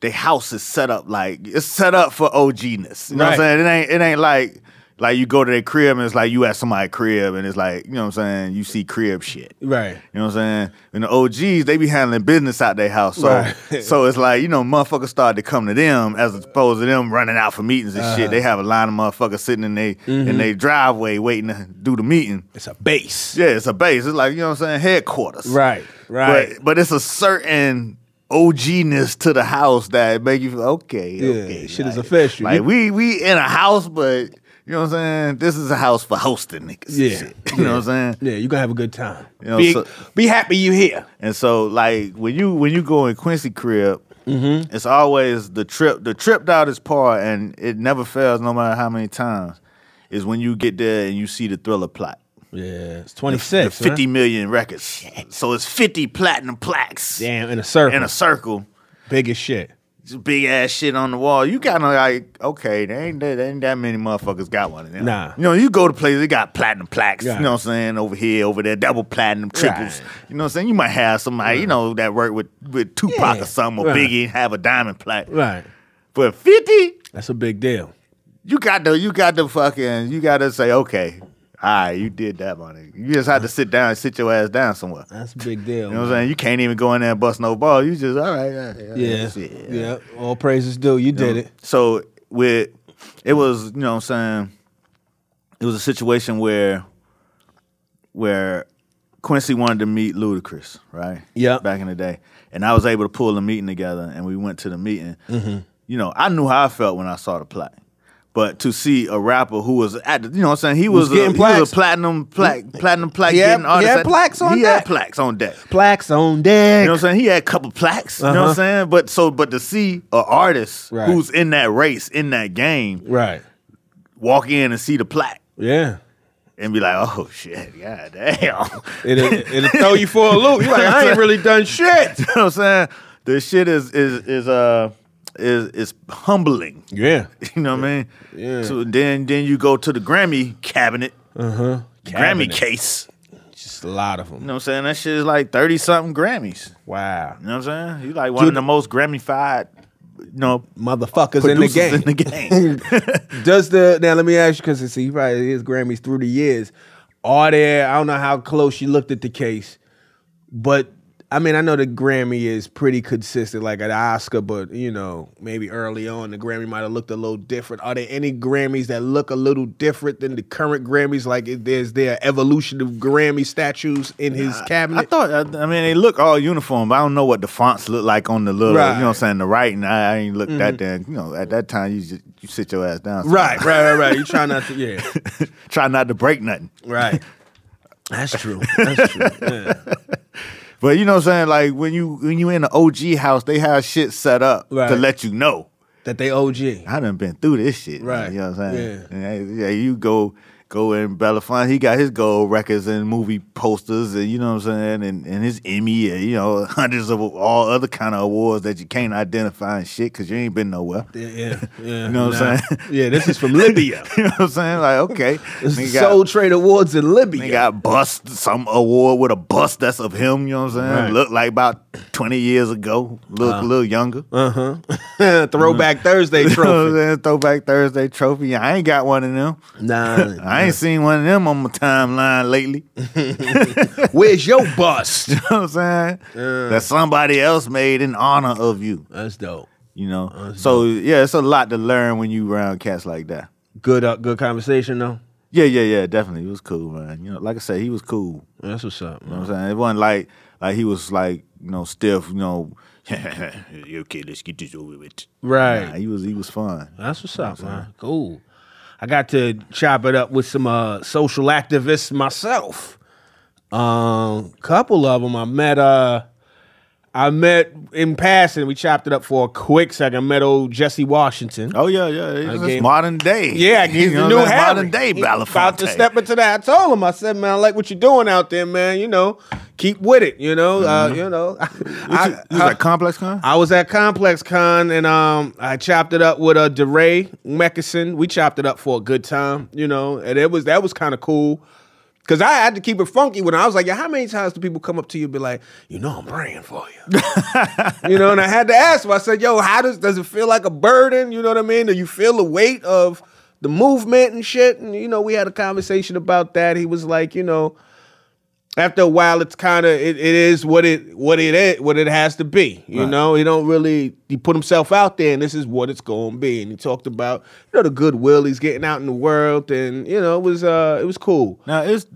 [SPEAKER 2] they house is set up like it's set up for OGness. You know what I'm
[SPEAKER 3] Right.
[SPEAKER 2] saying? It ain't it ain't like like you go to their crib and it's like you at somebody's crib and it's like you know what I'm saying. You see crib shit.
[SPEAKER 3] right.
[SPEAKER 2] You know what I'm saying? And the OGs, they be handling business out their house. So,
[SPEAKER 3] Right.
[SPEAKER 2] so it's like, you know, motherfuckers started to come to them as opposed to them running out for meetings and shit. They
[SPEAKER 3] Uh-huh.
[SPEAKER 2] have a line of motherfuckers sitting in they
[SPEAKER 3] Mm-hmm.
[SPEAKER 2] in their driveway waiting to do the meeting.
[SPEAKER 3] It's a base.
[SPEAKER 2] Yeah, it's a base. It's like, you know what I'm saying, headquarters.
[SPEAKER 3] Right. Right.
[SPEAKER 2] But but it's a certain OGness to the house that make you feel okay.
[SPEAKER 3] Yeah,
[SPEAKER 2] okay,
[SPEAKER 3] shit is
[SPEAKER 2] like-
[SPEAKER 3] official.
[SPEAKER 2] Like
[SPEAKER 3] You-
[SPEAKER 2] we we in a house, but you know what I'm saying? This is a house for hosting niggas. and
[SPEAKER 3] Yeah.
[SPEAKER 2] shit. You know what I'm saying?
[SPEAKER 3] Yeah, you gonna have a good time.
[SPEAKER 2] You know,
[SPEAKER 3] be,
[SPEAKER 2] so-
[SPEAKER 3] be happy you here.
[SPEAKER 2] And so like when you when you go in Quincy crib, it's always the trip the tripped out is part and it never fails no matter how many times is when you get there and you see the thriller plot.
[SPEAKER 3] Yeah, it's 26.
[SPEAKER 2] The fifty million records. So it's 50 platinum plaques
[SPEAKER 3] Damn, in a circle.
[SPEAKER 2] in a circle.
[SPEAKER 3] biggest shit.
[SPEAKER 2] Just big ass shit on the wall. You gotta like, okay, there ain't there ain't that many motherfuckers got one of them.
[SPEAKER 3] Nah.
[SPEAKER 2] You know, you go to places, they got platinum plaques,
[SPEAKER 3] Right.
[SPEAKER 2] you know what I'm saying? Over here, over there, double platinum, triples.
[SPEAKER 3] Right.
[SPEAKER 2] You know what I'm saying? You might have somebody, you know, that work with, with Tupac
[SPEAKER 3] Yeah.
[SPEAKER 2] or something or
[SPEAKER 3] Right.
[SPEAKER 2] Biggie have a diamond plaque.
[SPEAKER 3] Right.
[SPEAKER 2] But fifty,
[SPEAKER 3] That's a big deal.
[SPEAKER 2] you got to you got to fucking you gotta say, okay, all right, you did that money. You just had to sit down and sit your ass down somewhere.
[SPEAKER 3] That's a big deal.
[SPEAKER 2] You know what I'm saying? You can't even go in there and bust no ball. You just all right, all right, all right,
[SPEAKER 3] Yeah.
[SPEAKER 2] shit,
[SPEAKER 3] Yeah. All praises due. You did it.
[SPEAKER 2] So with it was, you know what I'm saying, it was a situation where where Quincy wanted to meet Ludacris, right?
[SPEAKER 3] Yeah.
[SPEAKER 2] Back in the day. And I was able to pull the meeting together and we went to the meeting.
[SPEAKER 3] Mm-hmm.
[SPEAKER 2] You know, I knew how I felt when I saw the plaque. But to see a rapper who was at the, you know what I'm saying, he was, a,
[SPEAKER 3] getting
[SPEAKER 2] he was
[SPEAKER 3] plaques.
[SPEAKER 2] a platinum plaque, platinum plaque
[SPEAKER 3] He had-
[SPEAKER 2] getting artist
[SPEAKER 3] he had
[SPEAKER 2] at-
[SPEAKER 3] plaques on
[SPEAKER 2] He
[SPEAKER 3] deck.
[SPEAKER 2] had plaques on deck.
[SPEAKER 3] Plaques on deck.
[SPEAKER 2] You know what I'm saying? He had a couple plaques. You know what I'm saying? But so, but to see an artist
[SPEAKER 3] Uh-huh. Right.
[SPEAKER 2] who's in that race, in that game,
[SPEAKER 3] right.
[SPEAKER 2] walk in and see the plaque
[SPEAKER 3] Yeah.
[SPEAKER 2] and be like, "Oh shit, god damn!" you
[SPEAKER 3] It'll, it'll throw you for a loop. You're like, I ain't really done shit.
[SPEAKER 2] know what I'm saying? the shit is is is uh is is humbling.
[SPEAKER 3] Yeah.
[SPEAKER 2] You know what I mean? Yeah. So then then you go to the Grammy cabinet. Uh-huh. Grammy
[SPEAKER 3] Cabinet.
[SPEAKER 2] case.
[SPEAKER 3] Just a lot of them.
[SPEAKER 2] You know what I'm saying? That shit is like 30 something Grammys.
[SPEAKER 3] Wow.
[SPEAKER 2] You know what I'm saying? You like one of
[SPEAKER 3] Dude.
[SPEAKER 2] the most Grammy-fied, you know,
[SPEAKER 3] Motherfuckers in the
[SPEAKER 2] producers
[SPEAKER 3] game.
[SPEAKER 2] in the game.
[SPEAKER 3] Does the now? Let me ask you because see, he probably his Grammys through the years. Are there? I don't know how close you looked at the case, but I mean, I know the Grammy is pretty consistent, like an Oscar, but you know, maybe early on the Grammy might have looked a little different. Are there any Grammys that look a little different than the current Grammys? Like, is there's there evolution of Grammy statues in his cabinet?
[SPEAKER 2] I thought, I, I mean, they look all uniform, but I don't know what the fonts look like on the little, you know what I'm saying,
[SPEAKER 3] Right. Mm-hmm.
[SPEAKER 2] the writing. I, I ain't look that damn, you know, at that time, you just, you sit your ass down.
[SPEAKER 3] right, right, right, right. You try not to, yeah.
[SPEAKER 2] Try not to break nothing.
[SPEAKER 3] Right. That's true. That's true. Yeah.
[SPEAKER 2] But you know what I'm saying? Like when you when you in the OG house, they have shit set up to
[SPEAKER 3] Right.
[SPEAKER 2] let you know.
[SPEAKER 3] That they OG.
[SPEAKER 2] I done been through this shit. man.
[SPEAKER 3] Right.
[SPEAKER 2] You know what I'm saying?
[SPEAKER 3] Yeah.
[SPEAKER 2] And, hey, Yeah. you go go in Belafonte, he got his gold records and movie posters and you know what I'm saying, and, and his Emmy and you know, hundreds of all other kind of awards that you can't identify and shit because you ain't been nowhere.
[SPEAKER 3] Yeah, yeah, yeah.
[SPEAKER 2] You know what I'm saying?
[SPEAKER 3] Yeah, this is from Libya.
[SPEAKER 2] you know what I'm saying? Like, okay.
[SPEAKER 3] This
[SPEAKER 2] Nigga
[SPEAKER 3] is
[SPEAKER 2] got-
[SPEAKER 3] Soul Trade Awards in Libya.
[SPEAKER 2] He got bust some award with a bust that's of him. You know what I'm saying?
[SPEAKER 3] Right. Uh-huh.
[SPEAKER 2] Looked like about twenty years ago. Look a little younger.
[SPEAKER 3] Throwback Thursday
[SPEAKER 2] You know what I'm
[SPEAKER 3] trophy.
[SPEAKER 2] saying? Throwback Thursday trophy. I ain't got one of them.
[SPEAKER 3] nah,
[SPEAKER 2] I ain't seen one of them on my timeline lately. You
[SPEAKER 3] where's your bust?
[SPEAKER 2] know what I'm saying? That somebody else made in honor of you.
[SPEAKER 3] That's dope.
[SPEAKER 2] You know.
[SPEAKER 3] Oh,
[SPEAKER 2] so yeah, it's a lot to learn when you around cats like that.
[SPEAKER 3] Good, uh, good conversation though.
[SPEAKER 2] Yeah, yeah, yeah, definitely. It was cool, man. You know, like I said, he was cool.
[SPEAKER 3] That's what's up.
[SPEAKER 2] You know what I'm saying? It wasn't like like he was like, you know, stiff, you know, okay, let's get this over with.
[SPEAKER 3] Right.
[SPEAKER 2] Nah, he was he was fun.
[SPEAKER 3] That's what's up, man. Cool. I got to chop it up with some uh, social activists myself. Um, couple of them I met. Uh, I met in passing. We chopped it up for a quick second. I met old Jesse Washington.
[SPEAKER 2] Oh yeah, yeah. It's
[SPEAKER 3] gave-
[SPEAKER 2] modern day.
[SPEAKER 3] Yeah,
[SPEAKER 2] you
[SPEAKER 3] he's
[SPEAKER 2] know
[SPEAKER 3] the new
[SPEAKER 2] what I'm saying?
[SPEAKER 3] Harry.
[SPEAKER 2] modern day
[SPEAKER 3] He About to
[SPEAKER 2] Belafonte.
[SPEAKER 3] step into that. I told him. I said, man, I like what you're doing out there, man. You know, keep with it. You know, uh, you know.
[SPEAKER 2] I,
[SPEAKER 3] I-
[SPEAKER 2] Mm-hmm. you, you was at Complex Con?
[SPEAKER 3] I was at Complex Con and um, I chopped it up with uh, DeRay Meckerson. We chopped it up for a good time, you know, and it was that was kind of cool. Cause I had to keep it funky when I was like, yeah, how many times do people come up to you and be like, you know, I'm praying for you, you know? And I had to ask them. I said, yo, how does does it feel like a burden? You know what I mean? Do you feel the weight of the movement and shit? And you know, we had a conversation about that. He was like, you know, after a while it's kind of it, it is what it what it is what it has to be you know he don't really he put himself out there and this is what it's going to be and he talked about you know the goodwill he's getting out in the world and you know it was uh it was cool
[SPEAKER 2] Now is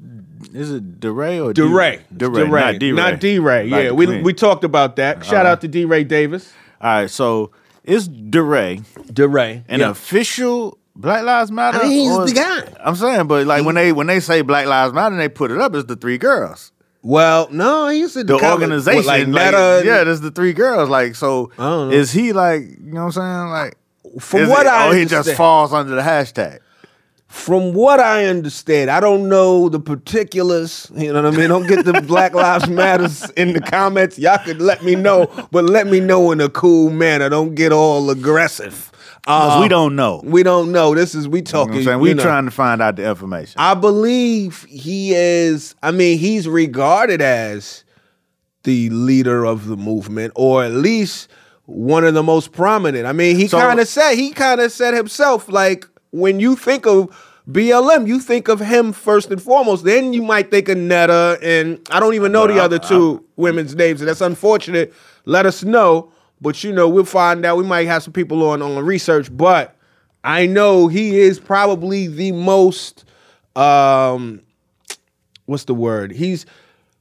[SPEAKER 2] is it DeRay or
[SPEAKER 3] D-Ray.
[SPEAKER 2] DeRay, not D-Ray.
[SPEAKER 3] Not D-Ray.
[SPEAKER 2] Like
[SPEAKER 3] yeah,
[SPEAKER 2] the
[SPEAKER 3] we,
[SPEAKER 2] Queen. Uh-huh.
[SPEAKER 3] we talked about that. Shout out to D-Ray Davis.
[SPEAKER 2] All right, so it's DeRay
[SPEAKER 3] D-Ray.
[SPEAKER 2] an official Black Lives Matter?
[SPEAKER 3] I mean, he's
[SPEAKER 2] or-
[SPEAKER 3] the guy.
[SPEAKER 2] I'm saying, but like when they when they say Black Lives Matter, and they put it up. It's the three girls.
[SPEAKER 3] Well, no, he used to
[SPEAKER 2] the
[SPEAKER 3] come with-
[SPEAKER 2] organization.
[SPEAKER 3] with, like
[SPEAKER 2] like,
[SPEAKER 3] Meta. and-
[SPEAKER 2] yeah, there's the three girls. Like, so
[SPEAKER 3] don't know.
[SPEAKER 2] is he like, you know what I'm saying? Like,
[SPEAKER 3] From
[SPEAKER 2] is
[SPEAKER 3] what
[SPEAKER 2] it-
[SPEAKER 3] I
[SPEAKER 2] oh, he just
[SPEAKER 3] understand-
[SPEAKER 2] falls under the hashtag.
[SPEAKER 3] From what I understand, I don't know the particulars. You know what I mean? Don't get the Black Lives Matters in the comments. Y'all could let me know, but let me know in a cool manner. Don't get all aggressive.
[SPEAKER 2] 'Cause
[SPEAKER 3] Uh,
[SPEAKER 2] we don't know.
[SPEAKER 3] we don't know. This is we
[SPEAKER 2] You know
[SPEAKER 3] talking.
[SPEAKER 2] what I'm saying? We
[SPEAKER 3] you know.
[SPEAKER 2] trying to find out the information.
[SPEAKER 3] I believe he is. I mean, he's regarded as the leader of the movement, or at least one of the most prominent. I mean, he
[SPEAKER 2] So-
[SPEAKER 3] kind of said he kind of said himself like when you think of BLM, you think of him first and foremost. Then you might think of Netta, and I don't even know the other two women's names, and that's unfortunate. Let us know, but you know we'll find out. We might have some people on on research, but I know he is probably the most um what's the word? He's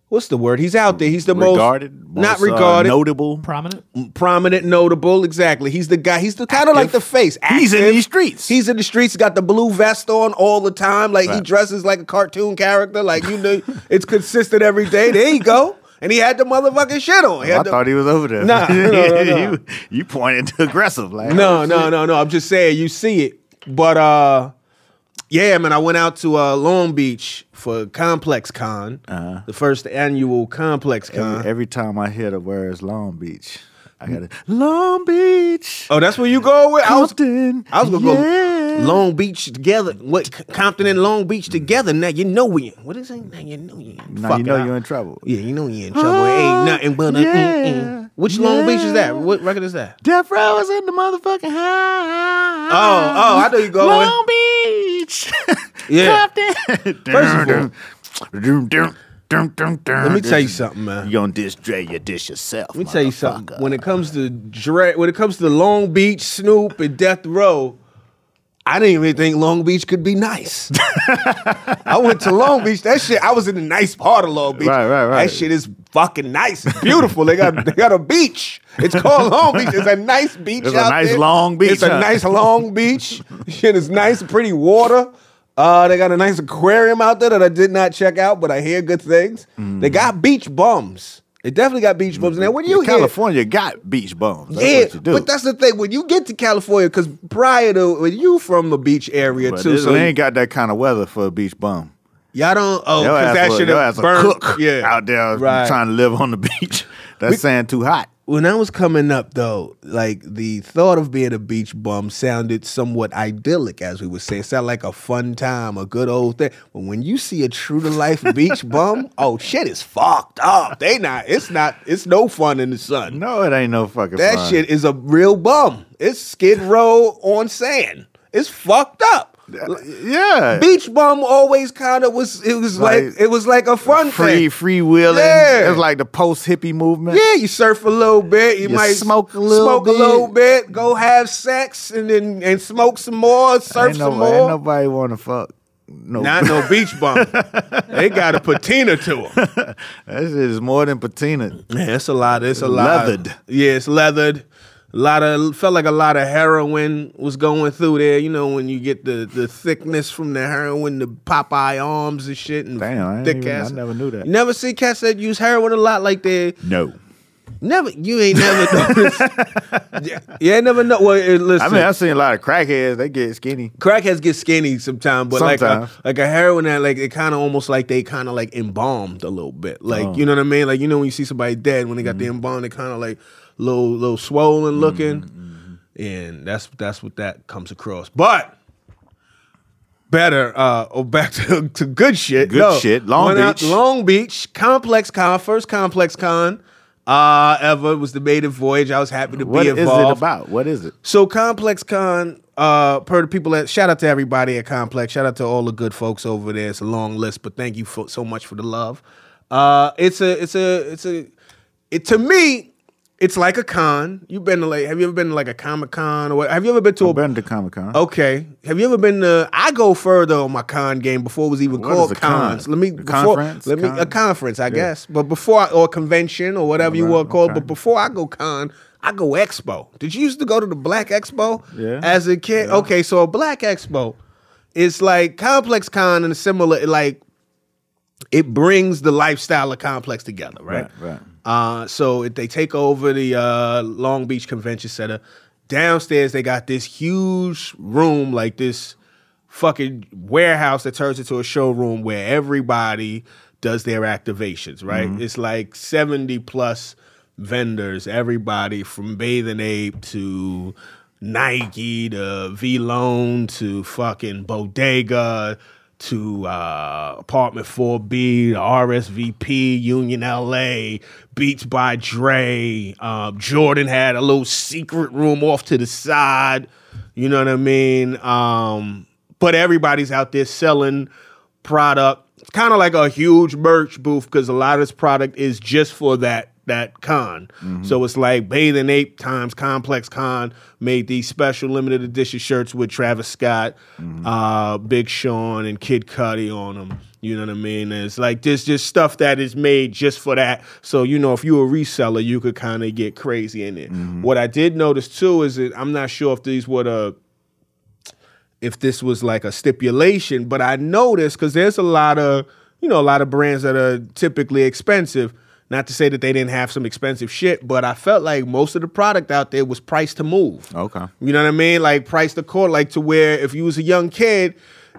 [SPEAKER 3] what's the word? He's out there. He's the
[SPEAKER 2] regarded,
[SPEAKER 3] most,
[SPEAKER 2] most,
[SPEAKER 3] not
[SPEAKER 2] uh,
[SPEAKER 3] regarded,
[SPEAKER 2] notable.
[SPEAKER 5] Prominent.
[SPEAKER 3] prominent, notable. Exactly. He's the guy. He's the kind of like the face.
[SPEAKER 2] He's in
[SPEAKER 3] active.
[SPEAKER 2] these streets.
[SPEAKER 3] He's in the streets. Got the blue vest on all the time. Like he
[SPEAKER 2] Right.
[SPEAKER 3] dresses like a cartoon character. Like you know, it's consistent every day. There you go. And he had the motherfucking shit on. He
[SPEAKER 2] I
[SPEAKER 3] had the-
[SPEAKER 2] thought he was over there.
[SPEAKER 3] Nah, no, no, no.
[SPEAKER 2] you, you pointed to aggressive. Like,
[SPEAKER 3] No, no, no, no. I'm just saying you see it. But uh yeah, man, I went out to uh Long Beach for Complex
[SPEAKER 2] Uh-huh.
[SPEAKER 3] Con, the first annual Complex Con.
[SPEAKER 2] Every, every time I hear the words Long Beach, I got it. Long Beach.
[SPEAKER 3] Oh, that's where you go with. I was,
[SPEAKER 2] Compton.
[SPEAKER 3] I was gonna
[SPEAKER 2] yeah.
[SPEAKER 3] go Long Beach together. What C- Compton and Long Beach together? Now you know we. What is it? Now you know you.
[SPEAKER 2] Now you know you're in
[SPEAKER 3] trouble.
[SPEAKER 2] trouble.
[SPEAKER 3] Yeah, you know you in trouble. It ain't nothing but a.
[SPEAKER 2] yeah,
[SPEAKER 3] mm-mm. Which Long Beach is that?
[SPEAKER 2] yeah.
[SPEAKER 3] What record is that?
[SPEAKER 2] Death Row is in the motherfucking high.
[SPEAKER 3] Oh, oh, I know you going.
[SPEAKER 2] Long Beach.
[SPEAKER 3] Yeah.
[SPEAKER 2] Compton.
[SPEAKER 3] First of
[SPEAKER 2] Let
[SPEAKER 3] Let me tell you something, man.
[SPEAKER 2] You gonna diss Dre, you dish yourself.
[SPEAKER 3] Let me tell you something. When it comes to Dre, when it comes to Long Beach, Snoop, and Death Row, I didn't even think Long Beach could be nice. I went to Long Beach. That shit, I was in the nice part of Long Beach.
[SPEAKER 2] Right, right, right.
[SPEAKER 3] That shit is fucking nice. It's beautiful. they got they got a beach. It's called Long Beach. It's a nice beach.
[SPEAKER 2] It's a
[SPEAKER 3] out
[SPEAKER 2] nice
[SPEAKER 3] there.
[SPEAKER 2] long beach,
[SPEAKER 3] It's a
[SPEAKER 2] huh?
[SPEAKER 3] nice long beach. shit is nice, pretty water. Uh, they got a nice aquarium out there that I did not check out, but I hear good things.
[SPEAKER 2] Mm.
[SPEAKER 3] They got beach bums. They definitely got beach bums. Now, when you hear
[SPEAKER 2] California got beach bums. That's
[SPEAKER 3] yeah,
[SPEAKER 2] what you do.
[SPEAKER 3] but that's the thing when you get to California, because prior to when you from the beach area
[SPEAKER 2] But
[SPEAKER 3] too,
[SPEAKER 2] this-
[SPEAKER 3] so
[SPEAKER 2] they ain't got that kind of weather for a beach bum.
[SPEAKER 3] y'all don't oh
[SPEAKER 2] Your
[SPEAKER 3] because
[SPEAKER 2] ass
[SPEAKER 3] that
[SPEAKER 2] will-
[SPEAKER 3] should
[SPEAKER 2] your ass
[SPEAKER 3] have
[SPEAKER 2] will
[SPEAKER 3] burned
[SPEAKER 2] cook
[SPEAKER 3] yeah
[SPEAKER 2] out there
[SPEAKER 3] Right.
[SPEAKER 2] trying to live on the beach. That sand too hot.
[SPEAKER 3] when I was coming up though, like the thought of being a beach bum sounded somewhat idyllic, as we would say. It sounded like a fun time, a good old thing. But when you see a true to life beach bum, oh shit is fucked up. They not. It's not. It's no fun in the sun.
[SPEAKER 2] No, it ain't no fucking
[SPEAKER 3] That
[SPEAKER 2] fun.
[SPEAKER 3] shit is a real bum. It's skid row on sand. It's fucked up.
[SPEAKER 2] Yeah.
[SPEAKER 3] Beach bum always kind of was. It was like,
[SPEAKER 2] Like,
[SPEAKER 3] it was like a fun
[SPEAKER 2] free
[SPEAKER 3] thing.
[SPEAKER 2] free wheeling.
[SPEAKER 3] Yeah.
[SPEAKER 2] It's like the post hippie movement.
[SPEAKER 3] Yeah, you surf a little bit. You,
[SPEAKER 2] You
[SPEAKER 3] might
[SPEAKER 2] smoke a little
[SPEAKER 3] smoke
[SPEAKER 2] bit.
[SPEAKER 3] a little bit. Go have sex and then and smoke some more. Surf
[SPEAKER 2] Ain't, no,
[SPEAKER 3] some
[SPEAKER 2] ain't
[SPEAKER 3] more.
[SPEAKER 2] nobody want to fuck. No,
[SPEAKER 3] Not no beach bum. they got a patina to them.
[SPEAKER 2] that shit is more than patina.
[SPEAKER 3] Yeah, it's a lot. It's a lot.
[SPEAKER 2] Leathered.
[SPEAKER 3] Yeah, it's leathered. A lot of felt like a lot of heroin was going through there. You know when you get the the thickness from the heroin, the Popeye arms and shit, and
[SPEAKER 2] Damn, I ain't
[SPEAKER 3] thick
[SPEAKER 2] even- I
[SPEAKER 3] ass.
[SPEAKER 2] never knew that.
[SPEAKER 3] You never see cats that use heroin a lot like they
[SPEAKER 2] No,
[SPEAKER 3] never. You ain't never noticed. yeah, you ain't never know. Well, eh, listen,
[SPEAKER 2] I mean I've seen a lot of crackheads. They get skinny.
[SPEAKER 3] crackheads get skinny sometimes, but
[SPEAKER 2] Sometimes.
[SPEAKER 3] like a, like a heroin addict, like it kind of almost like they kind of like embalmed a little bit, like
[SPEAKER 2] Oh.
[SPEAKER 3] you know what I mean? Like you know when you see somebody dead when they got the
[SPEAKER 2] Mm-hmm.
[SPEAKER 3] embalm, they kind of like little little swollen looking,
[SPEAKER 2] Mm-hmm,
[SPEAKER 3] and that's that's what that comes across. But better uh or back to, to good shit.
[SPEAKER 2] Good shit. Long
[SPEAKER 3] went out-
[SPEAKER 2] Beach.
[SPEAKER 3] Long Beach Complex Con, first Complex Con. Uh, ever It was the maiden voyage. I was happy to
[SPEAKER 2] What
[SPEAKER 3] be
[SPEAKER 2] is it
[SPEAKER 3] involved.
[SPEAKER 2] about? What is it?
[SPEAKER 3] So Complex Con, uh, per the people at shout out to everybody at Complex. Shout out to all the good folks over there. It's a long list, but thank you for, so much for the love. Uh, it's a, it's a, it's a, it to me, it's like a con. You've been to like, have you ever been to like a Comic Con or what? Have you ever been to a?
[SPEAKER 2] I've been to Comic Con.
[SPEAKER 3] Okay. Have you ever been to? I go further on my con game before it was even
[SPEAKER 2] What is
[SPEAKER 3] called
[SPEAKER 2] a con?
[SPEAKER 3] cons. Let me
[SPEAKER 2] A
[SPEAKER 3] before,
[SPEAKER 2] conference?
[SPEAKER 3] Let me a
[SPEAKER 2] Con?
[SPEAKER 3] conference, I guess. But before I, or convention or whatever you
[SPEAKER 2] Alright,
[SPEAKER 3] want to call. it.
[SPEAKER 2] okay.
[SPEAKER 3] But before I go con, I go expo. Did you used to go to the Black Expo
[SPEAKER 2] Yeah.
[SPEAKER 3] as a kid? Okay, so a Black Expo, it's like Complex Con and similar. Like it brings the lifestyle of Complex together, right?
[SPEAKER 2] Right, right.
[SPEAKER 3] Uh, so it, they take over the uh, Long Beach Convention Center. Downstairs, they got this huge room, like this fucking warehouse that turns into a showroom where everybody does their activations, right? It's like 70 plus vendors, everybody from Bathing Ape to Nike to V Loan to fucking Bodega to uh, Apartment 4B, RSVP, Union LA, Beats by Dre. Um, Jordan had a little secret room off to the side. You know what I mean? Um, but everybody's out there selling product. It's kind of like a huge merch booth because a lot of this product is just for that that con. So it's like Bathing Ape times Complex Con made these special limited edition shirts with Travis Scott, uh, Big Sean, and Kid Cudi on them. You know what I mean? And it's like this just stuff that is made just for that. So you know, if you're a reseller, you could kind of get crazy in it. What I did notice too is that I'm not sure if these were the if this was like a stipulation, but I noticed because there's a lot of you know a lot of brands that are typically expensive. Not to say that they didn't have some expensive shit, but I felt like most of the product out there was priced to move.
[SPEAKER 2] Okay.
[SPEAKER 3] You know what I mean? Like price the court, like to where if you was a young kid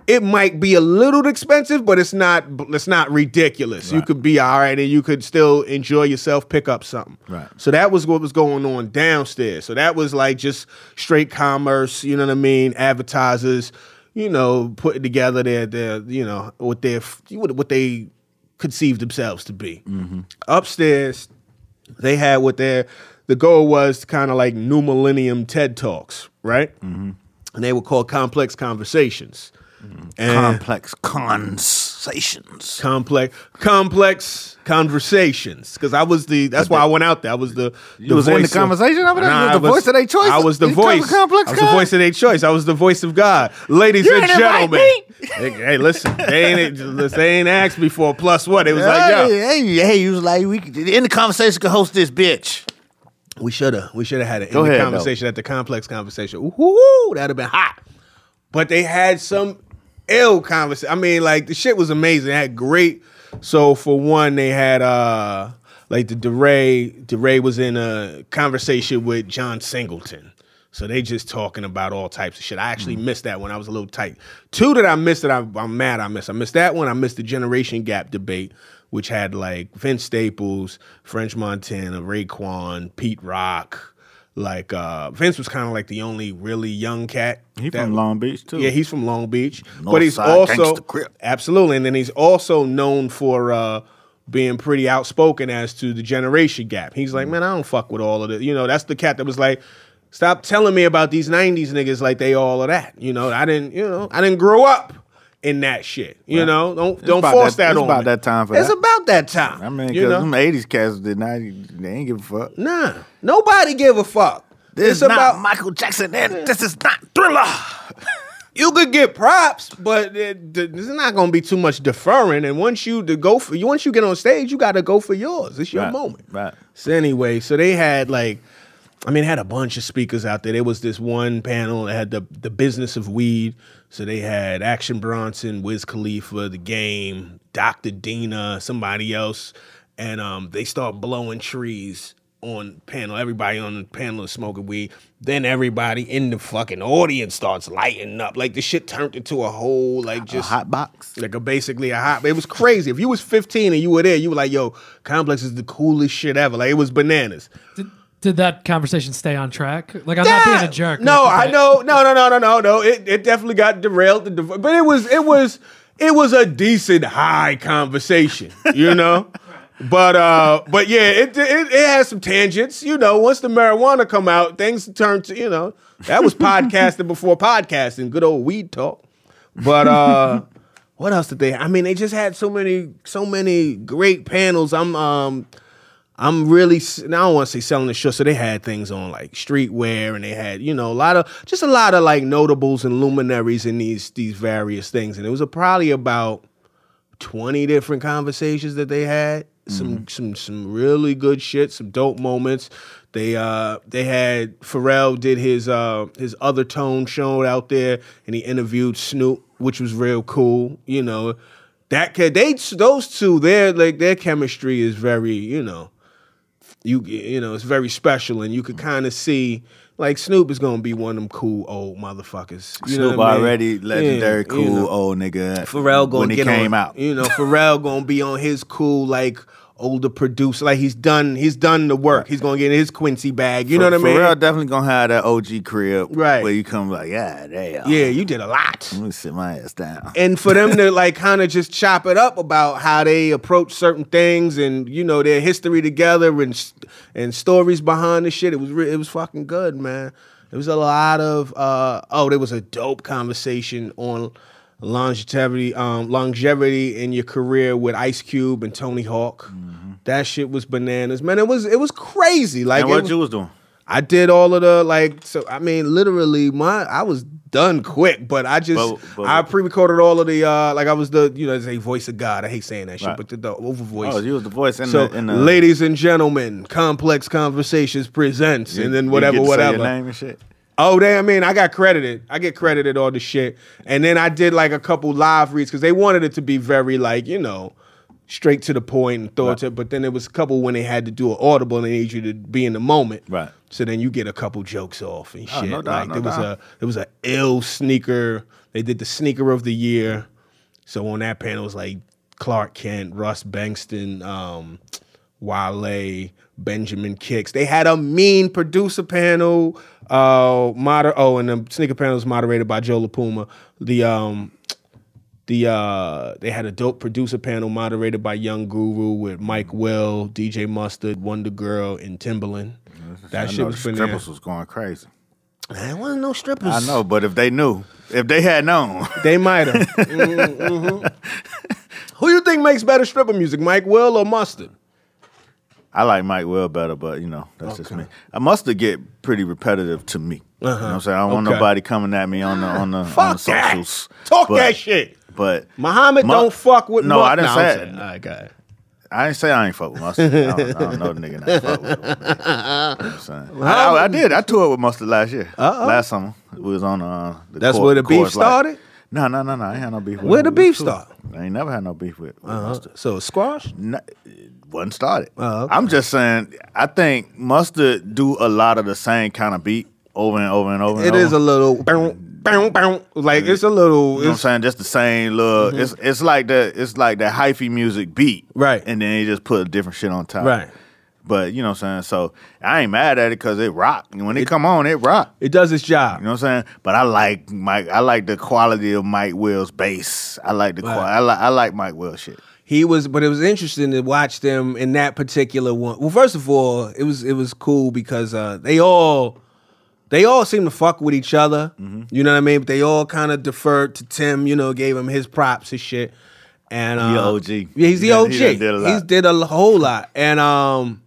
[SPEAKER 3] it might be a little expensive, but it's not it's not ridiculous. You could be all right and you could still enjoy yourself, pick up something.
[SPEAKER 2] Right.
[SPEAKER 3] So that was what was going on downstairs. So that was like just straight commerce, you know what I mean? Advertisers, you know, putting together their their, you know, what their what, what they conceived themselves to be.
[SPEAKER 2] Mm-hmm.
[SPEAKER 3] Upstairs, they had what their the goal was kind of like new millennium TED Talks, right? Mm-hmm. And they were called complex conversations.
[SPEAKER 2] Mm-hmm.
[SPEAKER 3] And
[SPEAKER 2] Complex conversations.
[SPEAKER 3] complex complex conversations because I was the that's why I went out there. I was the, the
[SPEAKER 2] was in the
[SPEAKER 3] voice of-
[SPEAKER 2] conversation over there? You was
[SPEAKER 3] I
[SPEAKER 2] the voice of their choice?
[SPEAKER 3] I was the
[SPEAKER 2] You talking
[SPEAKER 3] voice.
[SPEAKER 2] complex
[SPEAKER 3] I was the voice of their choice. I was the voice of God, ladies
[SPEAKER 2] You
[SPEAKER 3] and
[SPEAKER 2] ain't invite
[SPEAKER 3] gentlemen. Hey, hey, listen, they ain't listen, they ain't asked me for a plus what. It was like, yo,
[SPEAKER 2] hey, hey, hey, you was like, we could- in the conversation could host this bitch.
[SPEAKER 3] We should have. We should have had an
[SPEAKER 2] Go
[SPEAKER 3] in the
[SPEAKER 2] ahead,
[SPEAKER 3] conversation at the complex conversation. Ooh, that'd have been hot. But they had some ill conversation. I mean, like the shit was amazing. They had great. So for one, they had uh like the DeRay. DeRay was in a conversation with John Singleton. So they just talking about all types of shit. I
[SPEAKER 2] Mm.
[SPEAKER 3] actually missed that one. I was a little tight. Two that I missed that I, I'm mad I missed. I missed that one. I missed the generation gap debate, which had like Vince Staples, French Montana, Raekwon, Pete Rock. Like uh, Vince was kind of like the only really young cat.
[SPEAKER 2] He
[SPEAKER 3] that-
[SPEAKER 2] from Long Beach too.
[SPEAKER 3] Yeah, he's from Long Beach,
[SPEAKER 2] North
[SPEAKER 3] but he's
[SPEAKER 2] Side
[SPEAKER 3] also
[SPEAKER 2] gangsta crip.
[SPEAKER 3] absolutely, and then he's also known for uh, being pretty outspoken as to the generation gap. He's like, man, I don't fuck with all of this. You know, that's the cat that was like, stop telling me about these '90s niggas like they all of that. You know, I didn't, you know, I didn't grow up in that shit. You know, don't don't
[SPEAKER 2] about
[SPEAKER 3] force
[SPEAKER 2] that-
[SPEAKER 3] that,
[SPEAKER 2] it's
[SPEAKER 3] on
[SPEAKER 2] about
[SPEAKER 3] me.
[SPEAKER 2] that time for
[SPEAKER 3] it's
[SPEAKER 2] that.
[SPEAKER 3] about that time.
[SPEAKER 2] I mean,
[SPEAKER 3] you
[SPEAKER 2] because
[SPEAKER 3] know?
[SPEAKER 2] them '80s cats did not, they ain't give a fuck.
[SPEAKER 3] nah, nobody give a fuck.
[SPEAKER 2] This
[SPEAKER 3] it's
[SPEAKER 2] is not
[SPEAKER 3] about
[SPEAKER 2] Michael Jackson, and this is not Thriller.
[SPEAKER 3] you could get props, but it, th- there's not going to be too much deferring. And once you to go for you, once you get on stage, you got to go for yours. It's your
[SPEAKER 2] Right,
[SPEAKER 3] moment.
[SPEAKER 2] right.
[SPEAKER 3] So anyway, so they had like, I mean, they had a bunch of speakers out there. There was this one panel that had the the business of weed. So they had Action Bronson, Wiz Khalifa, The Game, Dr. Dina, somebody else, and um, they start blowing trees on panel. Everybody on the panel is smoking weed. Then everybody in the fucking audience starts lighting up. Like the shit turned into a whole like just
[SPEAKER 2] Hot box.
[SPEAKER 3] like a basically a hot. It was crazy. If you was 15 and you were there, you were like, "Yo, Complex is the coolest shit ever." Like it was bananas.
[SPEAKER 5] Did, did that conversation stay on track? Like I'm not being
[SPEAKER 3] Yeah.
[SPEAKER 5] a jerk.
[SPEAKER 3] No,
[SPEAKER 5] like,
[SPEAKER 3] I
[SPEAKER 5] but-
[SPEAKER 3] know. No, no, no, no, no, no. It it definitely got derailed, and dev- but it was it was it was a decent high conversation, you know. But uh, but yeah, it, it it has some tangents, you know. Once the marijuana come out, things turn to you know that was podcasting before podcasting, good old weed talk. But uh, what else did they? I mean, they just had so many so many great panels. I'm um, I'm really s- now I don't want to say selling the show. So they had things on like streetwear, and they had you know a lot of just a lot of like notables and luminaries in these these various things, and it was a, probably about twenty different conversations that they had. Some
[SPEAKER 2] Mm-hmm.
[SPEAKER 3] some some really good shit, some dope moments. They uh they had Pharrell did his uh his other tone show out there, and he interviewed Snoop, which was real cool. You know that ca- they those two their like their chemistry is very you know you you know it's very special and you could
[SPEAKER 2] Mm-hmm.
[SPEAKER 3] kind of see like Snoop is gonna be one of them cool old motherfuckers. You know
[SPEAKER 2] Snoop
[SPEAKER 3] what I mean?
[SPEAKER 2] already legendary
[SPEAKER 3] Yeah,
[SPEAKER 2] cool
[SPEAKER 3] you know.
[SPEAKER 2] old nigga.
[SPEAKER 3] Pharrell gonna
[SPEAKER 2] when he
[SPEAKER 3] get
[SPEAKER 2] came
[SPEAKER 3] on,
[SPEAKER 2] out.
[SPEAKER 3] You know, Pharrell gonna be on his cool like older producer. Like he's done, he's done the work. He's gonna get in his Quincy bag. You know what I mean?
[SPEAKER 2] Pharrell definitely gonna have that OG crib,
[SPEAKER 3] Right.
[SPEAKER 2] Where you come like, yeah, damn,
[SPEAKER 3] yeah, you did a lot.
[SPEAKER 2] Let me sit my ass down.
[SPEAKER 3] And for them to like kind of just chop it up about how they approach certain things and you know their history together and s- and stories behind the shit, it was re- it was fucking good, man. It was a lot of uh, oh, there was a dope conversation on longevity, um, longevity in your career with Ice Cube and Tony Hawk. That shit was bananas, man. It was it was crazy. Like
[SPEAKER 2] Mm-hmm. and
[SPEAKER 3] it
[SPEAKER 2] what
[SPEAKER 3] was-
[SPEAKER 2] you was doing?
[SPEAKER 3] I did all of the like. So I mean, literally, my I was done quick. But I just
[SPEAKER 2] But- but-
[SPEAKER 3] I pre-recorded all of the uh like I was the you know say voice of God. I hate saying that shit,
[SPEAKER 2] Right.
[SPEAKER 3] but the, the over voice.
[SPEAKER 2] Oh, you was the voice in
[SPEAKER 3] so,
[SPEAKER 2] the in the
[SPEAKER 3] ladies and gentlemen, complex conversations presents, and then
[SPEAKER 2] you get
[SPEAKER 3] whatever,
[SPEAKER 2] to say
[SPEAKER 3] whatever.
[SPEAKER 2] Your name and shit.
[SPEAKER 3] Oh, damn, I mean, I got credited. I get credited all the shit. And then I did like a couple live reads because they wanted it to be very like, you know, straight to the point and throw it to. But then there was a couple when they had to do an audible and they need you to be in the moment.
[SPEAKER 2] Right. Oh,
[SPEAKER 3] So then you get a couple jokes off and shit.
[SPEAKER 2] no doubt,
[SPEAKER 3] like
[SPEAKER 2] no
[SPEAKER 3] there was
[SPEAKER 2] doubt.
[SPEAKER 3] a there was a ill sneaker. They did the sneaker of the year. So on that panel it was like Clark Kent, Russ Bankston, um, Wale, Benjamin Kicks. They had a mean producer panel. Uh, moder- oh, and the sneaker panel was moderated by Joe LaPuma. The um, the uh they had a dope producer panel moderated by Young Guru with Mike Will, DJ Mustard, Wonder Girl, and Timbaland. That
[SPEAKER 2] I
[SPEAKER 3] shit
[SPEAKER 2] know
[SPEAKER 3] was
[SPEAKER 2] the
[SPEAKER 3] phenomenal.
[SPEAKER 2] strippers was going crazy.
[SPEAKER 3] I wasn't no strippers.
[SPEAKER 2] I know, but if they knew, if they had known,
[SPEAKER 3] They might have. Mm, mhm. Who you think makes better stripper music, Mike Will or Mustard?
[SPEAKER 2] I like Mike Will better, but you know that's just me. I must have get pretty repetitive to me. You know what I'm saying I don't want
[SPEAKER 3] Uh-huh. Okay.
[SPEAKER 2] nobody coming at me on the on the, on the
[SPEAKER 3] Fuck that.
[SPEAKER 2] socials.
[SPEAKER 3] Talk
[SPEAKER 2] But-
[SPEAKER 3] that shit.
[SPEAKER 2] But
[SPEAKER 3] Muhammad
[SPEAKER 2] Mu-
[SPEAKER 3] don't fuck with
[SPEAKER 2] No,
[SPEAKER 3] Mu-
[SPEAKER 2] I didn't
[SPEAKER 3] I'm
[SPEAKER 2] say
[SPEAKER 3] saying-
[SPEAKER 2] it.
[SPEAKER 3] All right, go ahead.
[SPEAKER 2] I didn't say I ain't fuck with mustard. I don't, I don't know the nigga not fuck with. Him, man. You know what I'm saying? I, I- I did. I toured with mustard last year. Last summer we was on uh, the.
[SPEAKER 3] That's
[SPEAKER 2] Coors-
[SPEAKER 3] where the beef
[SPEAKER 2] Coors Light.
[SPEAKER 3] started?
[SPEAKER 2] No, no, no, no. I ain't had no beef. with
[SPEAKER 3] Where
[SPEAKER 2] him.
[SPEAKER 3] the
[SPEAKER 2] We was cool.
[SPEAKER 3] beef start? Uh-huh.
[SPEAKER 2] I ain't never had no beef with. with Mustard.
[SPEAKER 3] So squash?
[SPEAKER 2] No, it wasn't started.
[SPEAKER 3] Oh, okay.
[SPEAKER 2] I'm just saying. I think Mustard do a lot of the same kind of beat over and over and over.
[SPEAKER 3] It
[SPEAKER 2] and
[SPEAKER 3] is
[SPEAKER 2] over.
[SPEAKER 3] a little bow, bow, bow. like it's a
[SPEAKER 2] You know
[SPEAKER 3] little
[SPEAKER 2] what I'm
[SPEAKER 3] it's,
[SPEAKER 2] saying just the same little.
[SPEAKER 3] Mm-hmm.
[SPEAKER 2] It's it's like that. It's like that hyphy music beat,
[SPEAKER 3] Right.
[SPEAKER 2] And then they just put a different shit on top,
[SPEAKER 3] Right.
[SPEAKER 2] But you know what I'm saying. So I ain't mad at it because it rock. And When it, come on, it rock.
[SPEAKER 3] it does its job.
[SPEAKER 2] You know what I'm saying? But I like Mike. I like the quality of Mike Will's bass. I like the qual. I like I like Mike Will shit.
[SPEAKER 3] he was but it was interesting to watch them in that particular one well first of all it was it was cool because uh they all they all seem to fuck with each other
[SPEAKER 2] Mm-hmm.
[SPEAKER 3] you know what i mean but they all kind of deferred to tim you know gave him his props and shit and uh,
[SPEAKER 2] a OG.
[SPEAKER 3] yeah he's the
[SPEAKER 2] He done-
[SPEAKER 3] og
[SPEAKER 2] he done did a lot.
[SPEAKER 3] he's did a whole lot and um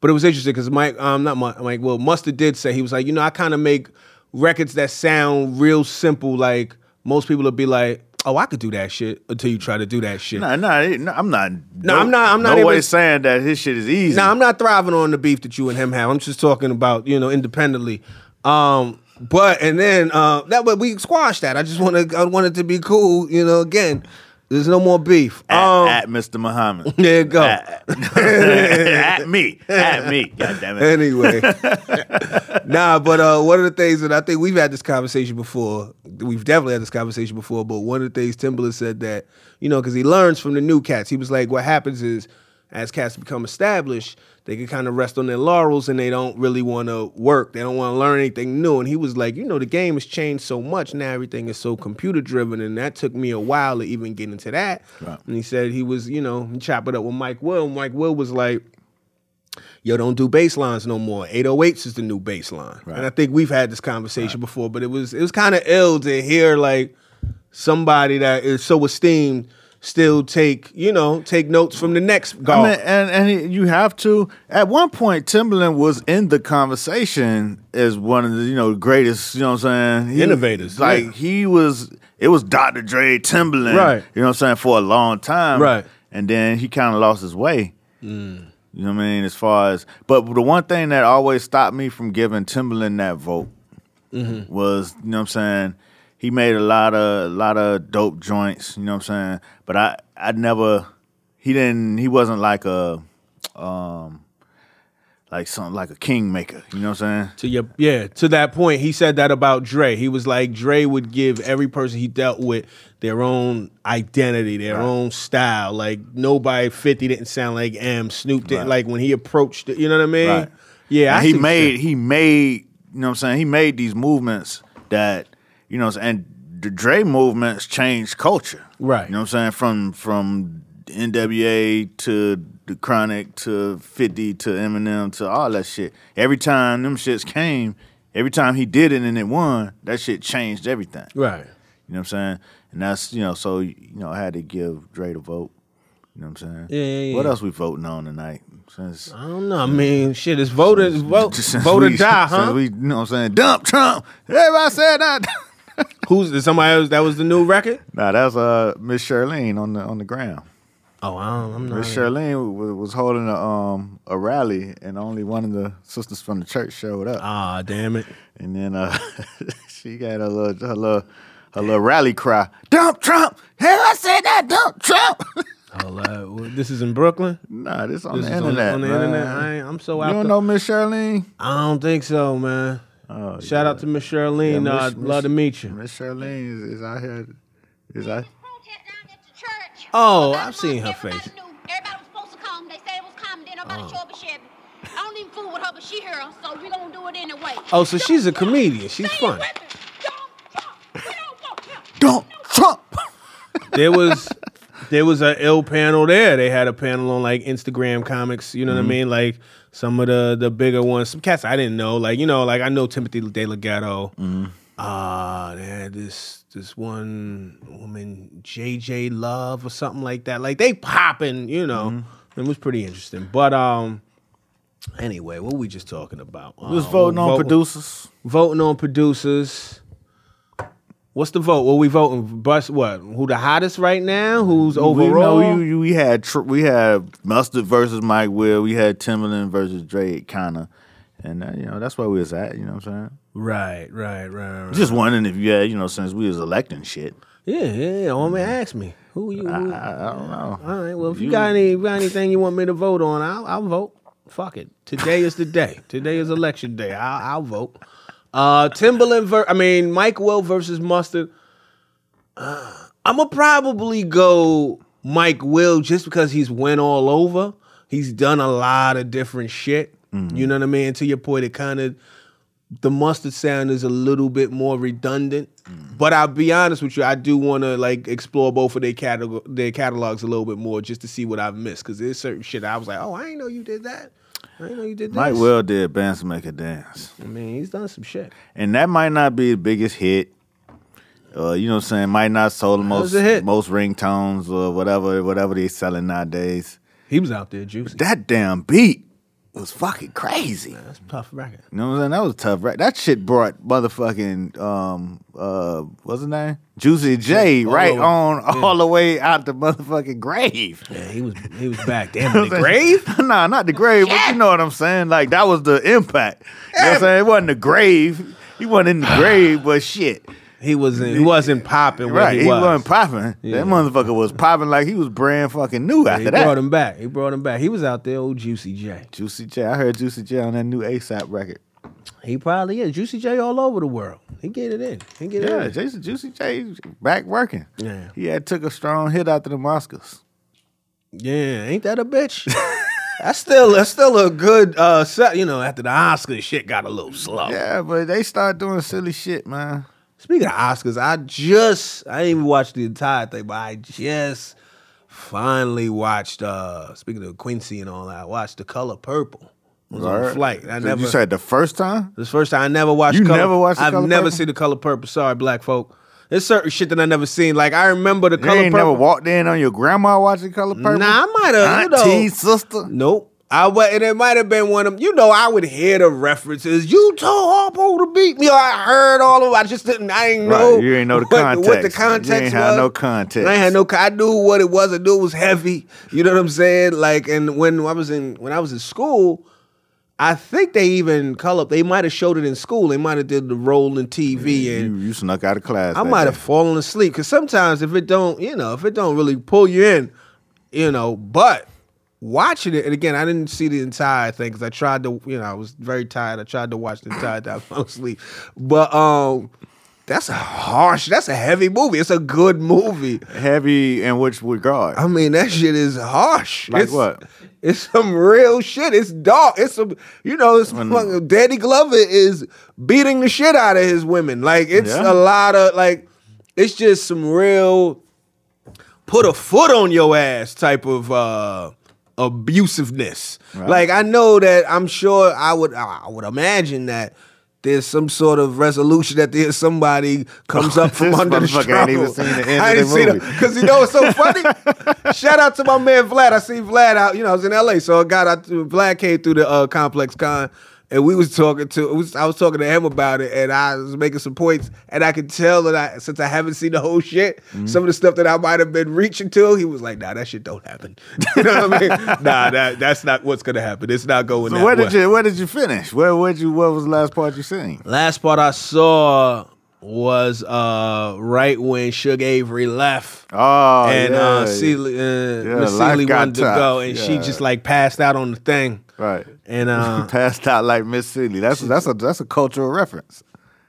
[SPEAKER 3] but it was interesting because Mike, um, not Mike, Mike, well, Mustard did say he was like, you know, I kind of make records that sound real simple. Like most people would be like, oh, I could do that shit until you try to do that shit.
[SPEAKER 2] No, no, it- no, I'm not.
[SPEAKER 3] No, I'm not- I'm not
[SPEAKER 2] No
[SPEAKER 3] even-
[SPEAKER 2] way saying that his shit is easy.
[SPEAKER 3] Now I'm not thriving on the beef that you and him have. I'm just talking about you know independently. Um, but and then uh, that way we squashed that. I just want to I want it to be cool. You know, again, there's no more beef.
[SPEAKER 2] at,
[SPEAKER 3] um,
[SPEAKER 2] at Mr. Muhammad.
[SPEAKER 3] there you go.
[SPEAKER 2] At, at me, at me. God damn it.
[SPEAKER 3] Anyway, nah, but uh, one of the things that I think we've had this conversation before, we've definitely had this conversation before, but one of the things Timbaland said that, you know, because he learns from the new cats, he was like, what happens is as cats become established, they can kind of rest on their laurels and they don't really want to work. They don't want to learn anything new. And he was like, you know, the game has changed so much. Now everything is so computer driven. And that took me a while to even get into that. And he said he was, you know, he chopped it up with Mike Will. And Mike Will was like, yo, don't do bass lines no more. 808s is the new bass line. And I think we've had this conversation before, but it was it was kind of ill to hear like somebody that is so esteemed still take, you know, take notes from the next guy.
[SPEAKER 2] I mean, and and he- you have to. At one point, Timberland was in the conversation as one of the you know greatest. You know what I'm saying? He-
[SPEAKER 3] Innovators,
[SPEAKER 2] Like
[SPEAKER 3] yeah.
[SPEAKER 2] he was. It was Dr. Dre, Timberland.
[SPEAKER 3] Right.
[SPEAKER 2] You know what I'm saying? For a long time.
[SPEAKER 3] Right.
[SPEAKER 2] And then he kind of lost his way. You know what I mean? As far as, but the one thing that always stopped me from giving Timberland that vote was, you know what I'm saying? He made a lot of a lot of dope joints, you know what I'm saying? But I I never he didn't he wasn't like a um like something like a kingmaker, you know what I'm saying?
[SPEAKER 3] to your yeah to that point he said that about dre he was like dre would give every person he dealt with their own identity their own style like nobody 50 didn't sound like m snoop didn't like when he approached it you know what i mean
[SPEAKER 2] Right.
[SPEAKER 3] yeah I
[SPEAKER 2] And he
[SPEAKER 3] see what you're saying.
[SPEAKER 2] made he made you know what I'm saying? He made these movements that you know what I'm saying? and the Dre movements changed culture.
[SPEAKER 3] Right.
[SPEAKER 2] You know what I'm saying? From from NWA to the Chronic to 50 to Eminem to all that shit. Every time them shits came, every time he did it and it won, that shit changed everything.
[SPEAKER 3] right
[SPEAKER 2] You know what I'm saying? And that's, you know, so, you know, I had to give Dre the vote. You know what I'm saying?
[SPEAKER 3] Yeah, yeah,
[SPEAKER 2] What
[SPEAKER 3] yeah.
[SPEAKER 2] else we voting on tonight? Since
[SPEAKER 3] i don't know i mean shit it's voted vote
[SPEAKER 2] since
[SPEAKER 3] vote or
[SPEAKER 2] we-
[SPEAKER 3] die huh
[SPEAKER 2] since we, you know what I'm saying? Dump Trump. Everybody said that.
[SPEAKER 3] who's is somebody else that was the new record
[SPEAKER 2] nah, that's uh Miss Charlene on the on the ground.
[SPEAKER 3] oh i don't i'm
[SPEAKER 2] Miss Charlene was, was holding a um a rally, and only one of the sisters from the church showed up.
[SPEAKER 3] ah damn it
[SPEAKER 2] And then uh, she got a little, her little, her little rally cry. Dump Trump. Hey, I said that. Dump Trump.
[SPEAKER 3] Hello. Oh, This is in Brooklyn.
[SPEAKER 2] Nah, this on
[SPEAKER 3] This
[SPEAKER 2] the
[SPEAKER 3] is
[SPEAKER 2] internet.
[SPEAKER 3] on, the
[SPEAKER 2] man.
[SPEAKER 3] internet. I ain't, I'm so
[SPEAKER 2] you
[SPEAKER 3] out.
[SPEAKER 2] don't
[SPEAKER 3] the-
[SPEAKER 2] know Miss Charlene?
[SPEAKER 3] I don't think so, man.
[SPEAKER 2] Oh,
[SPEAKER 3] Shout out to Miss Charlene.
[SPEAKER 2] Yeah,
[SPEAKER 3] uh,
[SPEAKER 2] Miss-
[SPEAKER 3] love to meet you.
[SPEAKER 2] Miss Charlene is, is out here. Is out.
[SPEAKER 3] Oh, I've seen her face. Oh.
[SPEAKER 6] Everybody was supposed to come. They said it was coming. Then nobody showed up and shit. I don't even fool with her, but she here, so we gonna do it anyway.
[SPEAKER 3] Oh, so she's a comedian. She's
[SPEAKER 6] Stay
[SPEAKER 3] funny.
[SPEAKER 6] with me. Don't talk. We don't want him.
[SPEAKER 2] Don't Trump.
[SPEAKER 3] There was there was an ill panel there. They had a panel on like Instagram comics. You know what I mean? Like some of the the bigger ones. Some cats I didn't know. Like you know, like I know Timothy De La Ghetto. Uh, they had this this one woman, JJ Love or something like that. Like they popping. You know, it was pretty interesting. But um. Anyway, what we just talking about?
[SPEAKER 2] Who's
[SPEAKER 3] Uh,
[SPEAKER 2] voting on
[SPEAKER 3] vote-
[SPEAKER 2] producers?
[SPEAKER 3] voting on producers. What's the vote? What we voting? Bus what? Who the hottest right now? Who's overall?
[SPEAKER 2] We know you, you, we had tr- we had Mustard versus Mike Will. We had Timberland versus Drake, kind of, and uh, you know that's where we was at. You know what I'm saying?
[SPEAKER 3] Right, right, right, right.
[SPEAKER 2] Just wondering if you had, you know, since we was electing shit.
[SPEAKER 3] Yeah, yeah. yeah. Want me to ask me who you?
[SPEAKER 2] I,
[SPEAKER 3] Who,
[SPEAKER 2] I don't know.
[SPEAKER 3] all right. Well, if you, got any you got anything you want me to vote on, I'll, I'll vote. Fuck it. Today is the day. Today is election day. I'll, I'll vote. Uh, Timberland. Ver- I mean, Mike Will versus Mustard. I'm gonna probably go Mike Will just because he's went all over. He's done a lot of different shit. You know what I mean? To your point, it kind of the mustard sound is a little bit more redundant. But I'll be honest with you, I do want to like explore both of their catalog their catalogs a little bit more just to see what I've missed because there's certain shit I was like, oh, I ain't know you did that. I ain't know you did that.
[SPEAKER 2] Mike Will did "Bands Make a Dance,"
[SPEAKER 3] I mean, he's done some shit.
[SPEAKER 2] and that might not be the biggest hit. Uh, you know what I'm saying? Might not sold the most
[SPEAKER 3] was a hit.
[SPEAKER 2] most ringtones or whatever whatever they selling nowadays.
[SPEAKER 3] He was out there juicing.
[SPEAKER 2] That damn beat was fucking crazy.
[SPEAKER 3] That's a tough record.
[SPEAKER 2] You know what I'm saying? That was tough, right? That shit brought motherfucking um uh what's his name? Juicy J
[SPEAKER 3] all
[SPEAKER 2] right
[SPEAKER 3] over.
[SPEAKER 2] on all the way out the motherfucking grave.
[SPEAKER 3] Yeah, he was he was back. Damn, in the grave.
[SPEAKER 2] nah, not the grave, but you know what I'm saying? Like that was the impact. You know what I'm saying? It wasn't the grave. He wasn't in the grave, but shit.
[SPEAKER 3] He wasn't he wasn't popping where
[SPEAKER 2] Right.
[SPEAKER 3] he,
[SPEAKER 2] He,
[SPEAKER 3] was.
[SPEAKER 2] wasn't popping. That motherfucker was popping like he was brand fucking new
[SPEAKER 3] he
[SPEAKER 2] after
[SPEAKER 3] brought
[SPEAKER 2] that.
[SPEAKER 3] him back. He brought him back. He was out there, old Juicy J.
[SPEAKER 2] Juicy J. I heard Juicy J on that new ASAP record.
[SPEAKER 3] He probably is. Juicy J all over the world. He get it in. He get
[SPEAKER 2] Yeah,
[SPEAKER 3] it in.
[SPEAKER 2] Jason Juicy J back working.
[SPEAKER 3] Yeah.
[SPEAKER 2] He had took a strong hit after the Moscas.
[SPEAKER 3] Yeah, ain't that a bitch? that's still that's still a good uh set. You know, after the Oscars, shit got a little slow.
[SPEAKER 2] Yeah, but they start doing silly shit, man.
[SPEAKER 3] Speaking of Oscars, I just I didn't even watch the entire thing, but I just finally watched. uh Speaking of Quincy and all that, I watched The Color Purple. It was on
[SPEAKER 2] Alright.
[SPEAKER 3] a flight. I
[SPEAKER 2] So
[SPEAKER 3] never.
[SPEAKER 2] You said the first time?
[SPEAKER 3] This first time I never watched.
[SPEAKER 2] You
[SPEAKER 3] color,
[SPEAKER 2] never watched The
[SPEAKER 3] I've
[SPEAKER 2] Color
[SPEAKER 3] never
[SPEAKER 2] Purple?
[SPEAKER 3] seen the color purple. Sorry, black folk. There's certain shit that I never seen. Like I remember the
[SPEAKER 2] you
[SPEAKER 3] color
[SPEAKER 2] ain't
[SPEAKER 3] purple.
[SPEAKER 2] never walked in on your grandma watching Color Purple?
[SPEAKER 3] Nah, I might have. You know,
[SPEAKER 2] Auntie, sister.
[SPEAKER 3] Nope. I wa and it might have been one of them. You know, I would hear the references. You told Harpo to beat me. Or I heard all of. I just didn't. I didn't
[SPEAKER 2] Right,
[SPEAKER 3] know.
[SPEAKER 2] you ain't know the
[SPEAKER 3] what, What
[SPEAKER 2] context. You
[SPEAKER 3] the
[SPEAKER 2] ain't
[SPEAKER 3] context
[SPEAKER 2] had
[SPEAKER 3] was.
[SPEAKER 2] no context.
[SPEAKER 3] I ain't had no. con- I knew what it was. I knew it was heavy. You know what I'm saying? Like, and when I was in when I was in school, I think they even color. They might have showed it in school. They might have did the rolling TV and
[SPEAKER 2] You, you snuck out of class.
[SPEAKER 3] I
[SPEAKER 2] that
[SPEAKER 3] might have
[SPEAKER 2] day.
[SPEAKER 3] fallen asleep because sometimes if it don't, you know, if it don't really pull you in, you know. But watching it, and again, I didn't see the entire thing because I tried to, you know, I was very tired. I tried to watch the entire time I fell asleep. But um, that's a harsh. That's a heavy movie. It's a good movie.
[SPEAKER 2] Heavy in which regard?
[SPEAKER 3] I mean, that shit is harsh.
[SPEAKER 2] Like
[SPEAKER 3] It's-
[SPEAKER 2] what?
[SPEAKER 3] It's some real shit. It's dark. It's some, you know, it's fucking Danny Glover is beating the shit out of his women. Like it's
[SPEAKER 2] Yeah.
[SPEAKER 3] a lot of like, it's just some real put a foot on your ass type of uh abusiveness. Like I know that I'm sure I would I would imagine that there's some sort of resolution that there's somebody comes up from
[SPEAKER 2] This
[SPEAKER 3] under the
[SPEAKER 2] motherfucker
[SPEAKER 3] struggle.
[SPEAKER 2] ain't even seen the end
[SPEAKER 3] I
[SPEAKER 2] of
[SPEAKER 3] ain't
[SPEAKER 2] the
[SPEAKER 3] seen
[SPEAKER 2] movie.
[SPEAKER 3] it. Cause you know it's so funny. Shout out to my man Vlad. I seen Vlad out. You know I was in LA, so I got out. To, Vlad came through the uh, Complex Con, and we was talking to. It was, I was talking to him about it, and I was making some points, and I could tell that I since I haven't seen the whole shit,
[SPEAKER 2] Mm-hmm.
[SPEAKER 3] some of the stuff that I might have been reaching to, he was like, "Nah, that shit don't happen." you know what I mean? Nah, that, that's not what's gonna happen. It's not going.
[SPEAKER 2] so
[SPEAKER 3] that
[SPEAKER 2] where did
[SPEAKER 3] way.
[SPEAKER 2] you where did you finish? Where where you what was the last part you seen?
[SPEAKER 3] Last part I saw was uh, right when Suge Avery left.
[SPEAKER 2] Oh,
[SPEAKER 3] and
[SPEAKER 2] yeah.
[SPEAKER 3] uh, Seeley, uh, Miss
[SPEAKER 2] life
[SPEAKER 3] Seeley
[SPEAKER 2] got
[SPEAKER 3] wanted to
[SPEAKER 2] tough.
[SPEAKER 3] go, and she
[SPEAKER 2] Yeah.
[SPEAKER 3] just like passed out on the thing.
[SPEAKER 2] right.
[SPEAKER 3] And uh,
[SPEAKER 2] Passed out like Miss Seeley. That's that's a that's a cultural reference.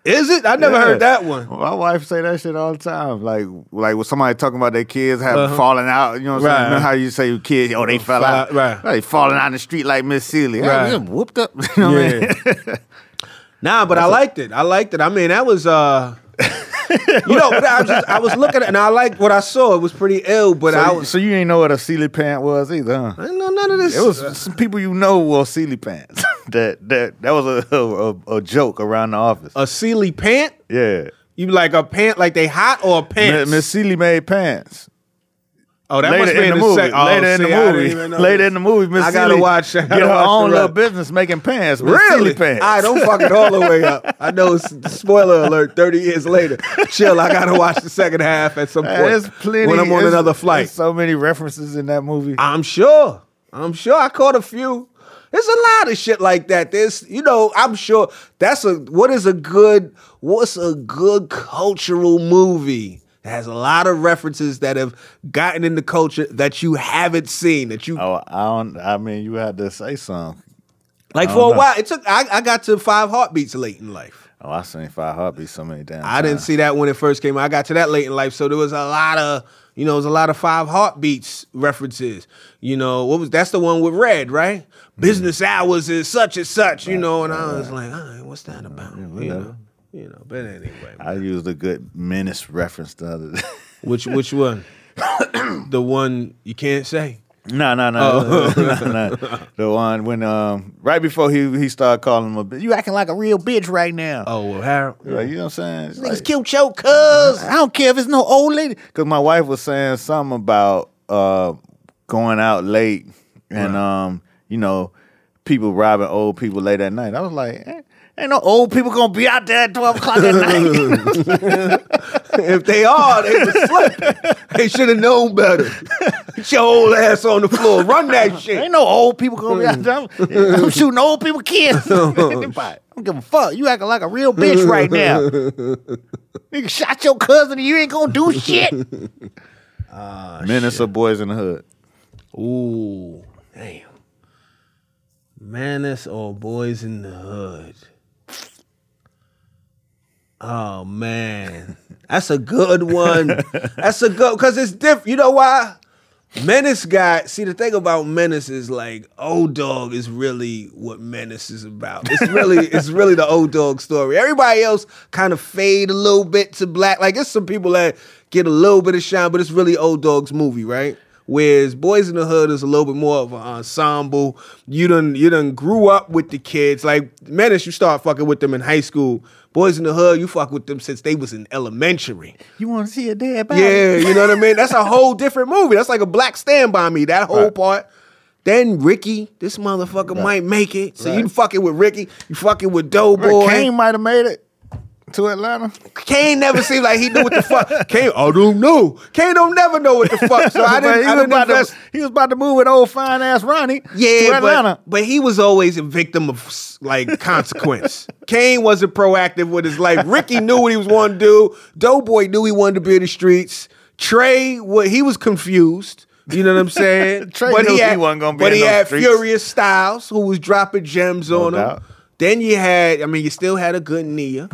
[SPEAKER 3] is it? I never
[SPEAKER 2] Yeah.
[SPEAKER 3] heard that one.
[SPEAKER 2] My wife say that shit all the time. Like like when somebody talking about their kids having falling out, you know what I'm saying?
[SPEAKER 3] Uh-huh. Right.
[SPEAKER 2] You know how you say your kids, oh they fell
[SPEAKER 3] Fell
[SPEAKER 2] out.
[SPEAKER 3] out, right.
[SPEAKER 2] They falling out in the street like Miss Seeley.
[SPEAKER 3] Right.
[SPEAKER 2] Hey, we just whooped up. You know what I mean?
[SPEAKER 3] Nah, but I liked it. I liked it. I mean, that was uh You know, but I was just I was looking at and I liked what I saw. It was pretty ill, but I
[SPEAKER 2] So,
[SPEAKER 3] was
[SPEAKER 2] so you ain't know what a Sealy pant was either, huh?
[SPEAKER 3] I didn't know none of this.
[SPEAKER 2] It was some people you know wore Sealy pants. that that that was a, a a joke around the office.
[SPEAKER 3] a Sealy pant?
[SPEAKER 2] yeah,
[SPEAKER 3] You like a pant like they hot or a pants?
[SPEAKER 2] Miss Sealy made pants.
[SPEAKER 3] oh, that must
[SPEAKER 2] later
[SPEAKER 3] be
[SPEAKER 2] in the
[SPEAKER 3] the
[SPEAKER 2] movie.
[SPEAKER 3] sec- oh,
[SPEAKER 2] later in the
[SPEAKER 3] see, I didn't
[SPEAKER 2] movie.
[SPEAKER 3] even know
[SPEAKER 2] Later
[SPEAKER 3] this.
[SPEAKER 2] in the movie, Miss
[SPEAKER 3] I gotta
[SPEAKER 2] Sealy
[SPEAKER 3] watch- I
[SPEAKER 2] get
[SPEAKER 3] gotta
[SPEAKER 2] her
[SPEAKER 3] watch the
[SPEAKER 2] own little
[SPEAKER 3] rest.
[SPEAKER 2] business making pants. Miss
[SPEAKER 3] Really?
[SPEAKER 2] Sealy pants.
[SPEAKER 3] I don't fuck it all the way up. I know. It's, spoiler alert. Thirty years later, chill. I gotta watch the second half at some point
[SPEAKER 2] Man, There's plenty.
[SPEAKER 3] when I'm on
[SPEAKER 2] there's-
[SPEAKER 3] another
[SPEAKER 2] there's
[SPEAKER 3] flight.
[SPEAKER 2] So many references in that movie.
[SPEAKER 3] I'm sure. I'm sure I caught a few. There's a lot of shit like that. There's, you know, I'm sure that's a what is a good what's a good cultural movie that has a lot of references that have gotten in the culture that you haven't seen that you
[SPEAKER 2] oh, I don't. I mean, you had to say something.
[SPEAKER 3] like for a while. It took I, I got to five heartbeats late in life.
[SPEAKER 2] Oh, I seen Five Heartbeats so many times.
[SPEAKER 3] I didn't see that when it first came out. I got to that late in life, so there was a lot of you know, it was a lot of five heartbeats references. You know, what was that's the one with red, right? Business hours is such and such, you know, and I was like, all Mm-hmm. right, what's that about? you know, you know, but anyway.
[SPEAKER 2] I used a good menace reference the other day.
[SPEAKER 3] Which which one? the one you can't say.
[SPEAKER 2] No, no,
[SPEAKER 3] Oh.
[SPEAKER 2] no, no, no. The one when um right before he he started calling him a bitch. You acting like a real bitch right now.
[SPEAKER 3] Oh well Harold.
[SPEAKER 2] Like, you know what I'm saying? It's
[SPEAKER 3] Niggas
[SPEAKER 2] like,
[SPEAKER 3] killed your cuz.
[SPEAKER 2] I don't care if it's no old lady. Cause my wife was saying something about uh going out late and um you know people robbing old people late at night. I was like. eh, Ain't no old people gonna be out there at twelve o'clock at night.
[SPEAKER 3] If they are, they was slipping. They should have known better. Get your old ass on the floor. Run that shit.
[SPEAKER 2] Ain't no old people gonna be out there. I'm, I'm shooting old people kids. I don't give a fuck. You acting like a real bitch right now. Nigga shot your cousin and you ain't gonna do shit. Menace of Boys in the Hood.
[SPEAKER 3] Ooh, damn. Menace or Boys in the Hood. Oh man, that's a good one. That's a good because it's different. You know why? Menace got see the thing about Menace is like old dog is really what Menace is about. It's really it's really the old dog story. Everybody else kind of fade a little bit to black. Like it's some people that get a little bit of shine, but it's really old dog's movie, right? Whereas Boys in the Hood is a little bit more of an ensemble. You done you done grew up with the kids. Like Menace, you start fucking with them in high school. Boys in the Hood, you fuck with them since they was in elementary.
[SPEAKER 2] You wanna see a dead body?
[SPEAKER 3] Yeah, you know what I mean? That's a whole different movie. That's like a black stand by me, that whole part. Then Ricky, this motherfucker might make it. So you fucking with Ricky, you fucking with Doughboy.
[SPEAKER 2] Kane
[SPEAKER 3] Kane,
[SPEAKER 2] might have made it to Atlanta.
[SPEAKER 3] never seemed like he knew what the fuck. Kane, I don't know. Kane don't never know what the fuck. So I
[SPEAKER 2] But
[SPEAKER 3] didn't,
[SPEAKER 2] he,
[SPEAKER 3] I
[SPEAKER 2] was
[SPEAKER 3] didn't
[SPEAKER 2] about
[SPEAKER 3] invest.
[SPEAKER 2] to, he was about to move with old fine ass Ronnie to
[SPEAKER 3] Yeah,
[SPEAKER 2] Atlanta.
[SPEAKER 3] but, but he was always a victim of like consequence. Kane wasn't proactive with his life. Ricky knew what he was wanting to do. Doughboy knew he wanted to be in the streets. Trey, what he was confused. You know what I'm saying?
[SPEAKER 2] Trey knew he wasn't gonna be in
[SPEAKER 3] But he
[SPEAKER 2] those
[SPEAKER 3] had
[SPEAKER 2] streets.
[SPEAKER 3] Furious Styles, who was dropping gems on
[SPEAKER 2] doubt.
[SPEAKER 3] him. Then you had, I mean, you still had a good Nia.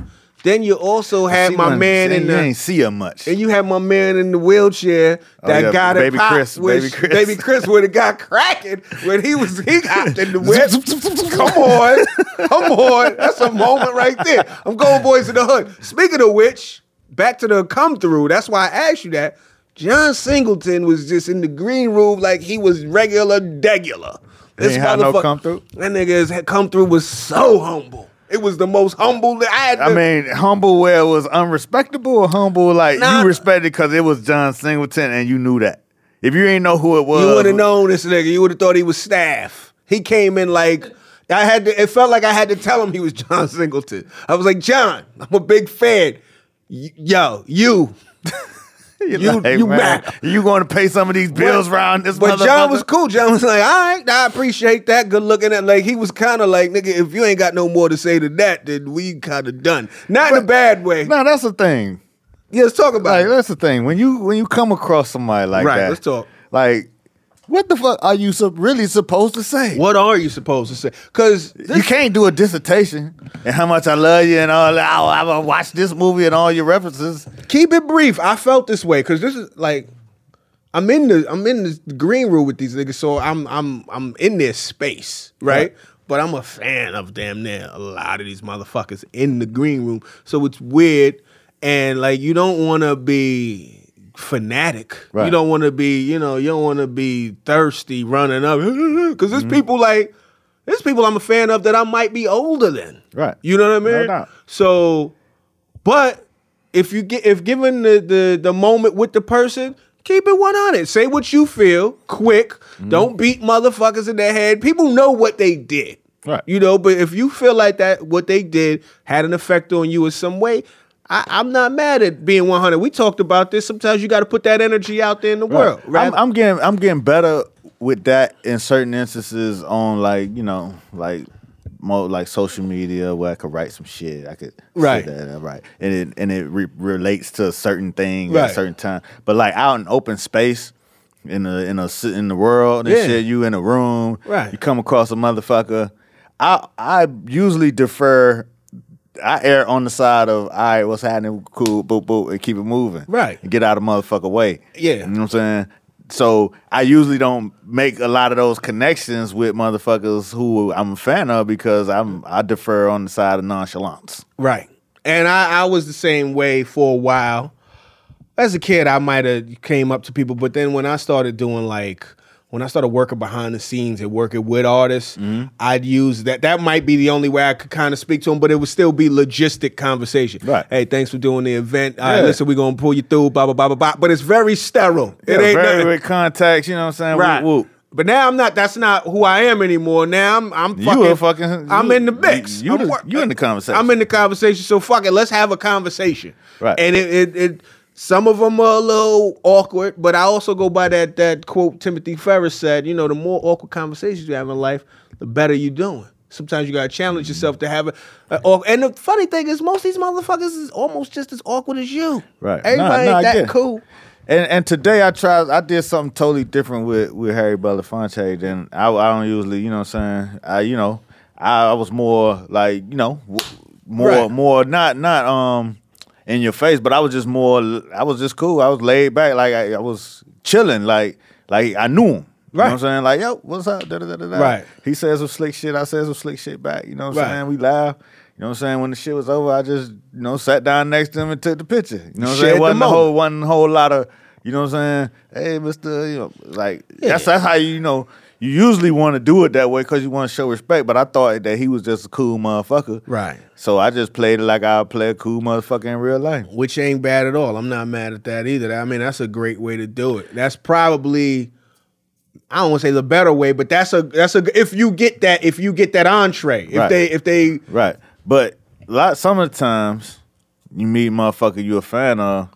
[SPEAKER 3] Then you also had
[SPEAKER 2] See,
[SPEAKER 3] my
[SPEAKER 2] man,
[SPEAKER 3] man
[SPEAKER 2] see,
[SPEAKER 3] in
[SPEAKER 2] you
[SPEAKER 3] the
[SPEAKER 2] ain't see her much.
[SPEAKER 3] and you had my man in the wheelchair that
[SPEAKER 2] Oh, yeah,
[SPEAKER 3] got
[SPEAKER 2] Baby
[SPEAKER 3] it popped,
[SPEAKER 2] Chris,
[SPEAKER 3] which-
[SPEAKER 2] Baby Chris.
[SPEAKER 3] Baby Chris would have got cracking when he was he hopped in the whip. come on, come on, that's a moment right there. I'm going boys in the hood. Speaking of which, back to the come through. That's why I asked you that. John Singleton was just in the green room like he was regular degular. This
[SPEAKER 2] ain't had no
[SPEAKER 3] motherfuck-
[SPEAKER 2] come through?
[SPEAKER 3] That nigga's had come through was so humble. It was the most humble. I had.
[SPEAKER 2] I
[SPEAKER 3] to-
[SPEAKER 2] mean, humble where it was unrespectable or humble like
[SPEAKER 3] Nah.
[SPEAKER 2] you respected because it was John Singleton and you knew that. If you ain't know who it was,
[SPEAKER 3] You would have known this nigga. You would have thought he was staff. He came in like I had to. It felt like I had to tell him he was John Singleton. I was like, John, I'm a big fan. Y- Yo,
[SPEAKER 7] You-
[SPEAKER 3] you.
[SPEAKER 7] you mad.
[SPEAKER 2] You going to pay some of these bills round this
[SPEAKER 3] But John was
[SPEAKER 2] motherfucker?
[SPEAKER 3] cool. John was like, all right, I appreciate that. Good looking at like he was kind of like, nigga, if you ain't got no more to say to that, then we kind of done. Not in a bad way.
[SPEAKER 2] No, that's the thing.
[SPEAKER 3] yeah, let's talk about
[SPEAKER 2] Like
[SPEAKER 3] it.
[SPEAKER 2] that's the thing. When you when you come across somebody like
[SPEAKER 3] Right,
[SPEAKER 2] that,
[SPEAKER 3] let's talk.
[SPEAKER 2] Like, what the fuck are you sup- really supposed to say?
[SPEAKER 3] What are you supposed to say? Because
[SPEAKER 2] You can't do a dissertation and how much I love you and all that. I, I watch this movie and all your references.
[SPEAKER 3] keep it brief. I felt this way because this is like I'm in the I'm in the green room with these niggas, so I'm I'm I'm in their space, right? But I'm a fan of damn near a lot of these motherfuckers in the green room, so it's weird and like you don't want to be fanatic. You
[SPEAKER 2] Right.
[SPEAKER 3] don't want to be you know you don't want to be thirsty running up because
[SPEAKER 2] Mm-hmm.
[SPEAKER 3] there's people like. There's people I'm a fan of that I might be older than.
[SPEAKER 2] Right.
[SPEAKER 3] You know what I
[SPEAKER 2] No
[SPEAKER 3] mean?
[SPEAKER 2] doubt.
[SPEAKER 3] so but if you get if given the the, the moment with the person, keep it one on it. Say what you feel, quick.
[SPEAKER 2] Mm-hmm.
[SPEAKER 3] Don't beat motherfuckers in their head. People know what they did.
[SPEAKER 2] Right.
[SPEAKER 3] You know, but if you feel like that what they did had an effect on you in some way, I, I'm not mad at being 100. We talked about this. Sometimes you got to put that energy out there in the world. Right.
[SPEAKER 2] I'm, I'm getting I'm getting better with that in certain instances on like you know like mo like social media where I could write some shit. I could say
[SPEAKER 3] Right.
[SPEAKER 2] that uh, right, and it and it re- relates to a certain thing at
[SPEAKER 3] Right.
[SPEAKER 2] a certain time. But like out in open space. In the in a s- in the world and
[SPEAKER 3] Yeah.
[SPEAKER 2] shit, you in a room,
[SPEAKER 3] Right.
[SPEAKER 2] You come across a motherfucker. I I usually defer. I err on the side of all right, what's happening? Cool, boop boop, and keep it moving,
[SPEAKER 3] Right.
[SPEAKER 2] And get out of motherfucker way,
[SPEAKER 3] Yeah.
[SPEAKER 2] You know what I'm saying? So I usually don't make a lot of those connections with motherfuckers who I'm a fan of because I'm I defer on the side of nonchalance.
[SPEAKER 3] Right. And I, I was the same way for a while. As a kid, I might have came up to people, but then when I started doing like when I started working behind the scenes and working with artists,
[SPEAKER 2] Mm-hmm.
[SPEAKER 3] I'd use that. That might be the only way I could kind of speak to them, but it would still be logistic conversation.
[SPEAKER 2] Right.
[SPEAKER 3] Hey, thanks for doing the event. All right,
[SPEAKER 2] Yeah.
[SPEAKER 3] listen, we're gonna pull you through. Blah blah blah blah blah. But it's very sterile. it ain't
[SPEAKER 2] very
[SPEAKER 3] nothing.
[SPEAKER 2] with contacts. You know what I'm saying?
[SPEAKER 3] Right.
[SPEAKER 2] Whoop, whoop.
[SPEAKER 3] But now I'm not. That's not who I am anymore. Now I'm. I'm
[SPEAKER 2] You
[SPEAKER 3] fucking.
[SPEAKER 2] a fucking-
[SPEAKER 3] I'm
[SPEAKER 2] you-
[SPEAKER 3] in the mix.
[SPEAKER 2] you- you
[SPEAKER 3] I'm
[SPEAKER 2] the- you in the conversation.
[SPEAKER 3] I'm in the conversation. So fuck it. Let's have a conversation.
[SPEAKER 2] Right.
[SPEAKER 3] And it. it, it some of them are a little awkward, but I also go by that that quote Timothy Ferris said. You know, the more awkward conversations you have in life, the better you're doing. Sometimes you gotta challenge yourself to have it. and the funny thing is, most of these motherfuckers is almost just as awkward as you.
[SPEAKER 2] Right. Nah,
[SPEAKER 3] Everybody
[SPEAKER 2] nah, I
[SPEAKER 3] ain't
[SPEAKER 2] get
[SPEAKER 3] that
[SPEAKER 2] it.
[SPEAKER 3] cool.
[SPEAKER 2] And and today I tried I did something totally different with with Harry Belafonte than I, I don't usually you know what I'm saying I you know I, I was more like you know w- more
[SPEAKER 3] Right.
[SPEAKER 2] more not not um in your face but I was just more I was just cool I was laid back like I, I was chilling like like I knew him you know what I'm
[SPEAKER 3] Right.
[SPEAKER 2] saying like yo what's up da, da, da, da, da.
[SPEAKER 3] Right.
[SPEAKER 2] he says some slick shit I said some slick shit back you know what I'm
[SPEAKER 3] Right.
[SPEAKER 2] saying we laugh. You know what I'm saying? When the shit was over, I just, you know, sat down next to him and took the picture. You know what I'm
[SPEAKER 3] Shared
[SPEAKER 2] saying?
[SPEAKER 3] the
[SPEAKER 2] Wasn't a
[SPEAKER 3] moment.
[SPEAKER 2] whole one whole lot of you know what I'm saying. Hey, Mister, you know, like that's that's how you know you usually want to do it that way because you want to show respect. But I thought that he was just a cool motherfucker,
[SPEAKER 3] Right.
[SPEAKER 2] So I just played it like I would play a cool motherfucker in real life.
[SPEAKER 3] which ain't bad at all. I'm not mad at that either. I mean, that's a great way to do it. That's probably I don't want to say the better way, but that's a that's a if you get that if you get that entree if
[SPEAKER 2] Right.
[SPEAKER 3] they if they
[SPEAKER 2] Right. But a lot some of the times you meet motherfucker you a fan of,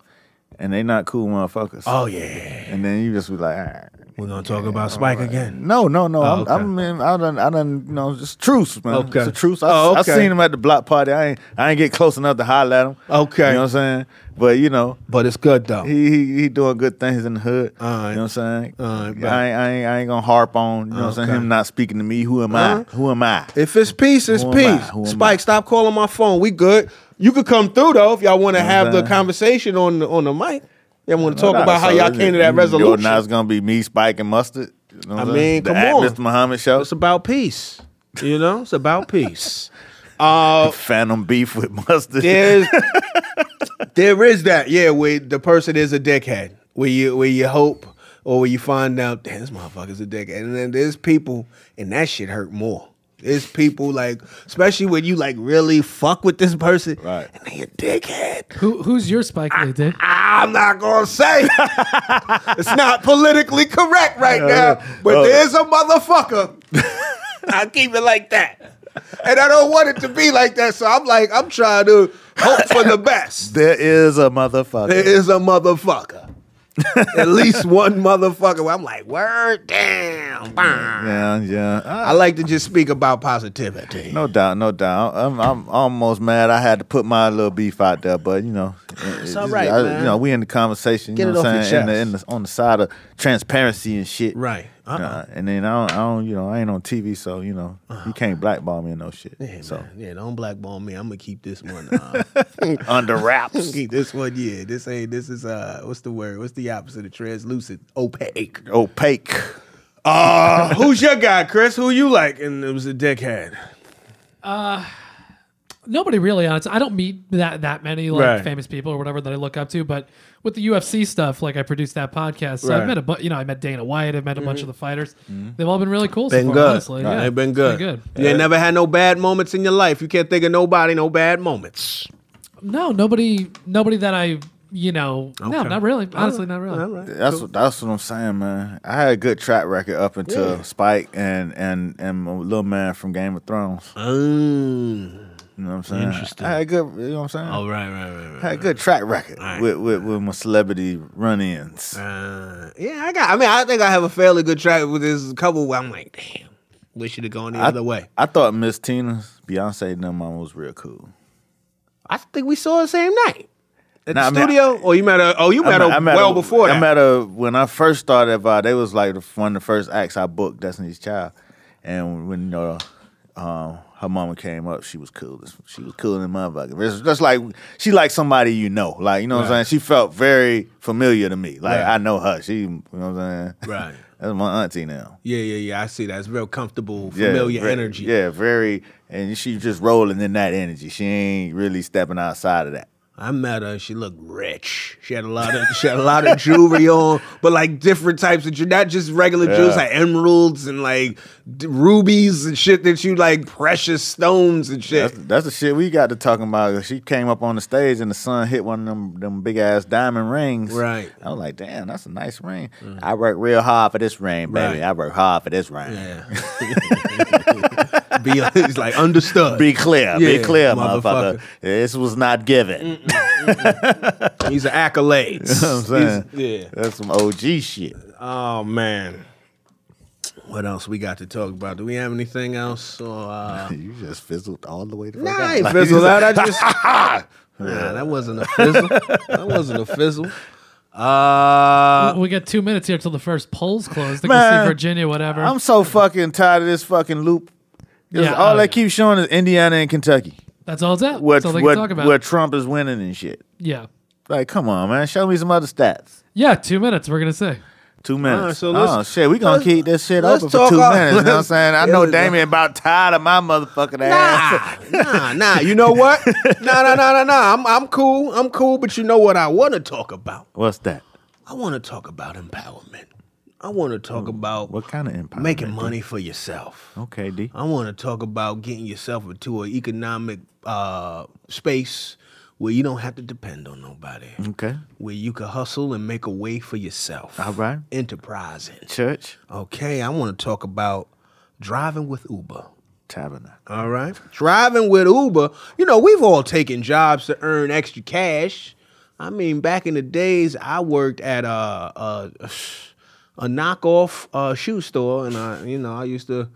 [SPEAKER 2] and they not cool motherfuckers.
[SPEAKER 3] oh yeah
[SPEAKER 2] And then you just be like, all right.
[SPEAKER 3] we're gonna talk about Spike again.
[SPEAKER 2] No, no, no. I'm,
[SPEAKER 3] Oh, okay.
[SPEAKER 2] I'm in, I done, I done, you know, it's truce, man.
[SPEAKER 3] Okay.
[SPEAKER 2] It's a truce. I,
[SPEAKER 3] Oh,
[SPEAKER 2] I
[SPEAKER 3] okay.
[SPEAKER 2] seen him at the block party. I ain't, I ain't get close enough to holler at him.
[SPEAKER 3] Okay.
[SPEAKER 2] You know what I'm saying? But, you know,
[SPEAKER 3] But it's good though.
[SPEAKER 2] he he, he doing good things in the hood.
[SPEAKER 3] All right.
[SPEAKER 2] You know what I'm saying?
[SPEAKER 3] All right, bet.
[SPEAKER 2] I, ain't, I, ain't, I ain't gonna harp on, you know what I'm
[SPEAKER 3] Okay.
[SPEAKER 2] saying? Him not speaking to me. Who am
[SPEAKER 3] Uh-huh.
[SPEAKER 2] I? Who am I?
[SPEAKER 3] if it's peace, it's
[SPEAKER 2] Who am I?
[SPEAKER 3] peace.
[SPEAKER 2] Who am
[SPEAKER 3] Spike,
[SPEAKER 2] I?
[SPEAKER 3] stop calling my phone. We good. You could come through though if y'all want to have the
[SPEAKER 2] that?
[SPEAKER 3] conversation on the, on the mic. Y'all want to talk
[SPEAKER 2] Nah,
[SPEAKER 3] about how
[SPEAKER 2] so
[SPEAKER 3] y'all
[SPEAKER 2] is
[SPEAKER 3] came
[SPEAKER 2] it-
[SPEAKER 3] to that
[SPEAKER 2] you know,
[SPEAKER 3] resolution.
[SPEAKER 2] Now it's gonna be me, Spike, and Mustard. You know what I'm
[SPEAKER 3] I mean,
[SPEAKER 2] saying?
[SPEAKER 3] come
[SPEAKER 2] the at
[SPEAKER 3] on.
[SPEAKER 2] Mr. Muhammad show.
[SPEAKER 3] It's about peace. You know, it's about peace.
[SPEAKER 2] Phantom beef with Mustard.
[SPEAKER 3] There's there is that, yeah, where the person is a dickhead. Where you where you hope or where you find out, damn, this motherfucker's a dickhead. And then there's people and that shit hurt more. There's people like, especially when you like really fuck with this person,
[SPEAKER 2] Right.
[SPEAKER 3] And they a dickhead.
[SPEAKER 5] Who, who's your Spike Lee, dude?
[SPEAKER 3] I'm not gonna say it's not politically correct right now, but
[SPEAKER 2] Uh,
[SPEAKER 3] there's a motherfucker. I keep it like that, and I don't want it to be like that. So I'm like, I'm trying to hope for the best.
[SPEAKER 2] There is a motherfucker.
[SPEAKER 3] There is a motherfucker. At least one motherfucker. where I'm like, word, damn. bah."
[SPEAKER 2] Yeah, yeah.
[SPEAKER 3] I like to just speak about positivity.
[SPEAKER 2] No doubt, no doubt. I'm, I'm almost mad. I had to put my little beef out there, but you know, it's
[SPEAKER 3] all right,
[SPEAKER 2] I,
[SPEAKER 3] man.
[SPEAKER 2] You know, we in the conversation.
[SPEAKER 3] Get
[SPEAKER 2] you know
[SPEAKER 3] it
[SPEAKER 2] what I'm
[SPEAKER 3] off
[SPEAKER 2] saying?
[SPEAKER 3] your
[SPEAKER 2] In the, in the, on the side of transparency and shit.
[SPEAKER 3] Right.
[SPEAKER 2] You know,
[SPEAKER 3] Uh-uh. Uh-huh.
[SPEAKER 2] and then I don't, I don't, you know, I ain't on TV, so you know, you can't blackball me in no shit.
[SPEAKER 3] Yeah,
[SPEAKER 2] so
[SPEAKER 3] man. yeah, don't blackball me. I'm gonna keep this one. Uh,
[SPEAKER 2] under wraps,
[SPEAKER 3] keep this one. Yeah, this ain't. This is uh, what's the word? What's the opposite of translucent? Opaque.
[SPEAKER 2] opaque.
[SPEAKER 3] Uh, who's your guy, Chris? Who you like? And it was a dickhead.
[SPEAKER 5] Nobody really on it. I don't meet that that many like
[SPEAKER 3] Right.
[SPEAKER 5] famous people or whatever that I look up to. But with the UFC stuff, like I produced that podcast, so
[SPEAKER 3] Right. Mm-hmm.
[SPEAKER 5] I've met a bu- you know I met Dana White, I've met a bunch of the fighters. They've all been really cool.
[SPEAKER 3] Been
[SPEAKER 5] so far,
[SPEAKER 3] good.
[SPEAKER 5] Honestly, yeah.
[SPEAKER 3] They've been
[SPEAKER 5] It's
[SPEAKER 3] good. You ain't
[SPEAKER 5] Yeah.
[SPEAKER 3] never had no bad moments in your life. You can't think of nobody, no bad moments.
[SPEAKER 5] No, nobody, nobody that I you know. No,
[SPEAKER 3] Okay.
[SPEAKER 5] not really. Honestly, not really.
[SPEAKER 2] That's what that's what I'm saying, man. I had a good track record up until Spike and and and my little man from Game of Thrones.
[SPEAKER 3] Mm.
[SPEAKER 2] You know what I'm saying?
[SPEAKER 3] Uh, Interesting.
[SPEAKER 2] I had a good, you know what I'm saying?
[SPEAKER 3] Oh, right, right, right, right.
[SPEAKER 2] had a good track record
[SPEAKER 3] right.
[SPEAKER 2] with, with with my celebrity run-ins.
[SPEAKER 3] Uh, yeah, I got. I mean, I think I have a fairly good track with this couple. Where I'm like, damn, wish it had gone the other way.
[SPEAKER 2] I thought Miss Tina, Beyonce, and them mama was real cool.
[SPEAKER 3] I think we saw the same night at
[SPEAKER 2] Nah, I
[SPEAKER 3] the
[SPEAKER 2] mean,
[SPEAKER 3] studio. oh, you met her. Oh, you met her
[SPEAKER 2] I met
[SPEAKER 3] well
[SPEAKER 2] her-
[SPEAKER 3] before that.
[SPEAKER 2] I met her when I first started. About they was like the- one of the first acts I booked, Destiny's Child, and when you know. Um, her mama came up. She was cool. as- She was cool than motherfucker. It's just like she like somebody you know. Like you know what I'm
[SPEAKER 3] Right.
[SPEAKER 2] saying. She felt very familiar to me. Like
[SPEAKER 3] Right.
[SPEAKER 2] I know her. She, you know what I'm saying.
[SPEAKER 3] Right.
[SPEAKER 2] That's my auntie now.
[SPEAKER 3] Yeah, yeah, yeah. I see that. It's real comfortable,
[SPEAKER 2] Yeah,
[SPEAKER 3] familiar
[SPEAKER 2] ve-
[SPEAKER 3] energy.
[SPEAKER 2] Yeah, very. And she just rolling in that energy. She ain't really stepping outside of that.
[SPEAKER 3] I met her. She looked rich. She had a lot of she had a lot of jewelry on, but like different types of jewelry, not just regular jewels,
[SPEAKER 2] Yeah.
[SPEAKER 3] like emeralds and like d- rubies and shit that you like precious stones and shit.
[SPEAKER 2] That's, that's the shit we got to talking about. She came up on the stage and the sun hit one of them, them big ass diamond rings.
[SPEAKER 3] Right. Mm.
[SPEAKER 2] I was like, damn, that's a nice ring. I work real hard for this ring, baby.
[SPEAKER 3] Right.
[SPEAKER 2] I work hard for this ring.
[SPEAKER 3] Yeah. Be it's like understood.
[SPEAKER 2] Be clear,
[SPEAKER 3] Yeah,
[SPEAKER 2] be clear,
[SPEAKER 3] motherfucker.
[SPEAKER 2] motherfucker. This was not given. You know
[SPEAKER 3] These are accolades.
[SPEAKER 2] what I'm saying?
[SPEAKER 3] These- yeah.
[SPEAKER 2] That's some OG shit.
[SPEAKER 3] Oh man. What else we got to talk about? Do we have anything else? Or, uh,
[SPEAKER 2] You just fizzled all the way to
[SPEAKER 3] Nah, I ain't fizzled out. I just nah, that wasn't a fizzle. That wasn't a fizzle. Uh,
[SPEAKER 5] we got two minutes here till the first polls close. They
[SPEAKER 2] Man,
[SPEAKER 5] can see Virginia, whatever.
[SPEAKER 2] I'm so fucking tired of this fucking loop. 'Cause
[SPEAKER 5] Yeah,
[SPEAKER 2] all
[SPEAKER 5] oh,
[SPEAKER 2] they
[SPEAKER 5] yeah.
[SPEAKER 2] keep showing is Indiana and Kentucky.
[SPEAKER 5] That's all it's at.
[SPEAKER 2] What
[SPEAKER 5] That's all they
[SPEAKER 2] what
[SPEAKER 5] can talk about.
[SPEAKER 2] where Trump is winning and shit.
[SPEAKER 5] yeah.
[SPEAKER 2] Like, come on, man. Show me some other stats.
[SPEAKER 5] Yeah, two minutes, we're going to say.
[SPEAKER 2] Two minutes.
[SPEAKER 3] so let's-
[SPEAKER 2] oh shit, we gonna
[SPEAKER 3] let's-
[SPEAKER 2] keep this shit
[SPEAKER 3] let's
[SPEAKER 2] open
[SPEAKER 3] talk
[SPEAKER 2] for two
[SPEAKER 3] off-
[SPEAKER 2] minutes. You know what I'm saying? I
[SPEAKER 3] Yeah,
[SPEAKER 2] know
[SPEAKER 5] uh,
[SPEAKER 3] let's-
[SPEAKER 2] Damien about tired of my motherfucking ass.
[SPEAKER 3] nah, nah, nah. You know what? Nah, nah, nah, nah, nah. I'm, I'm cool. I'm cool. But you know what? I want to talk about.
[SPEAKER 2] What's that?
[SPEAKER 3] I want to talk about empowerment. I want to talk about
[SPEAKER 2] What kind of empire?
[SPEAKER 3] making money for yourself.
[SPEAKER 2] Okay, D.
[SPEAKER 3] I want to talk about getting yourself into an economic uh, space where you don't have to depend on nobody.
[SPEAKER 2] Okay.
[SPEAKER 3] Where you can hustle and make a way for yourself.
[SPEAKER 2] Mm. All right.
[SPEAKER 3] Enterprising.
[SPEAKER 2] Church,
[SPEAKER 3] Okay, I want to talk about driving with Uber.
[SPEAKER 2] tabernacle.
[SPEAKER 3] All right. Driving with Uber, you know, we've all taken jobs to earn extra cash. I mean, back in the days, I worked at a a, a knockoff uh, shoe store, and I, you know, I used to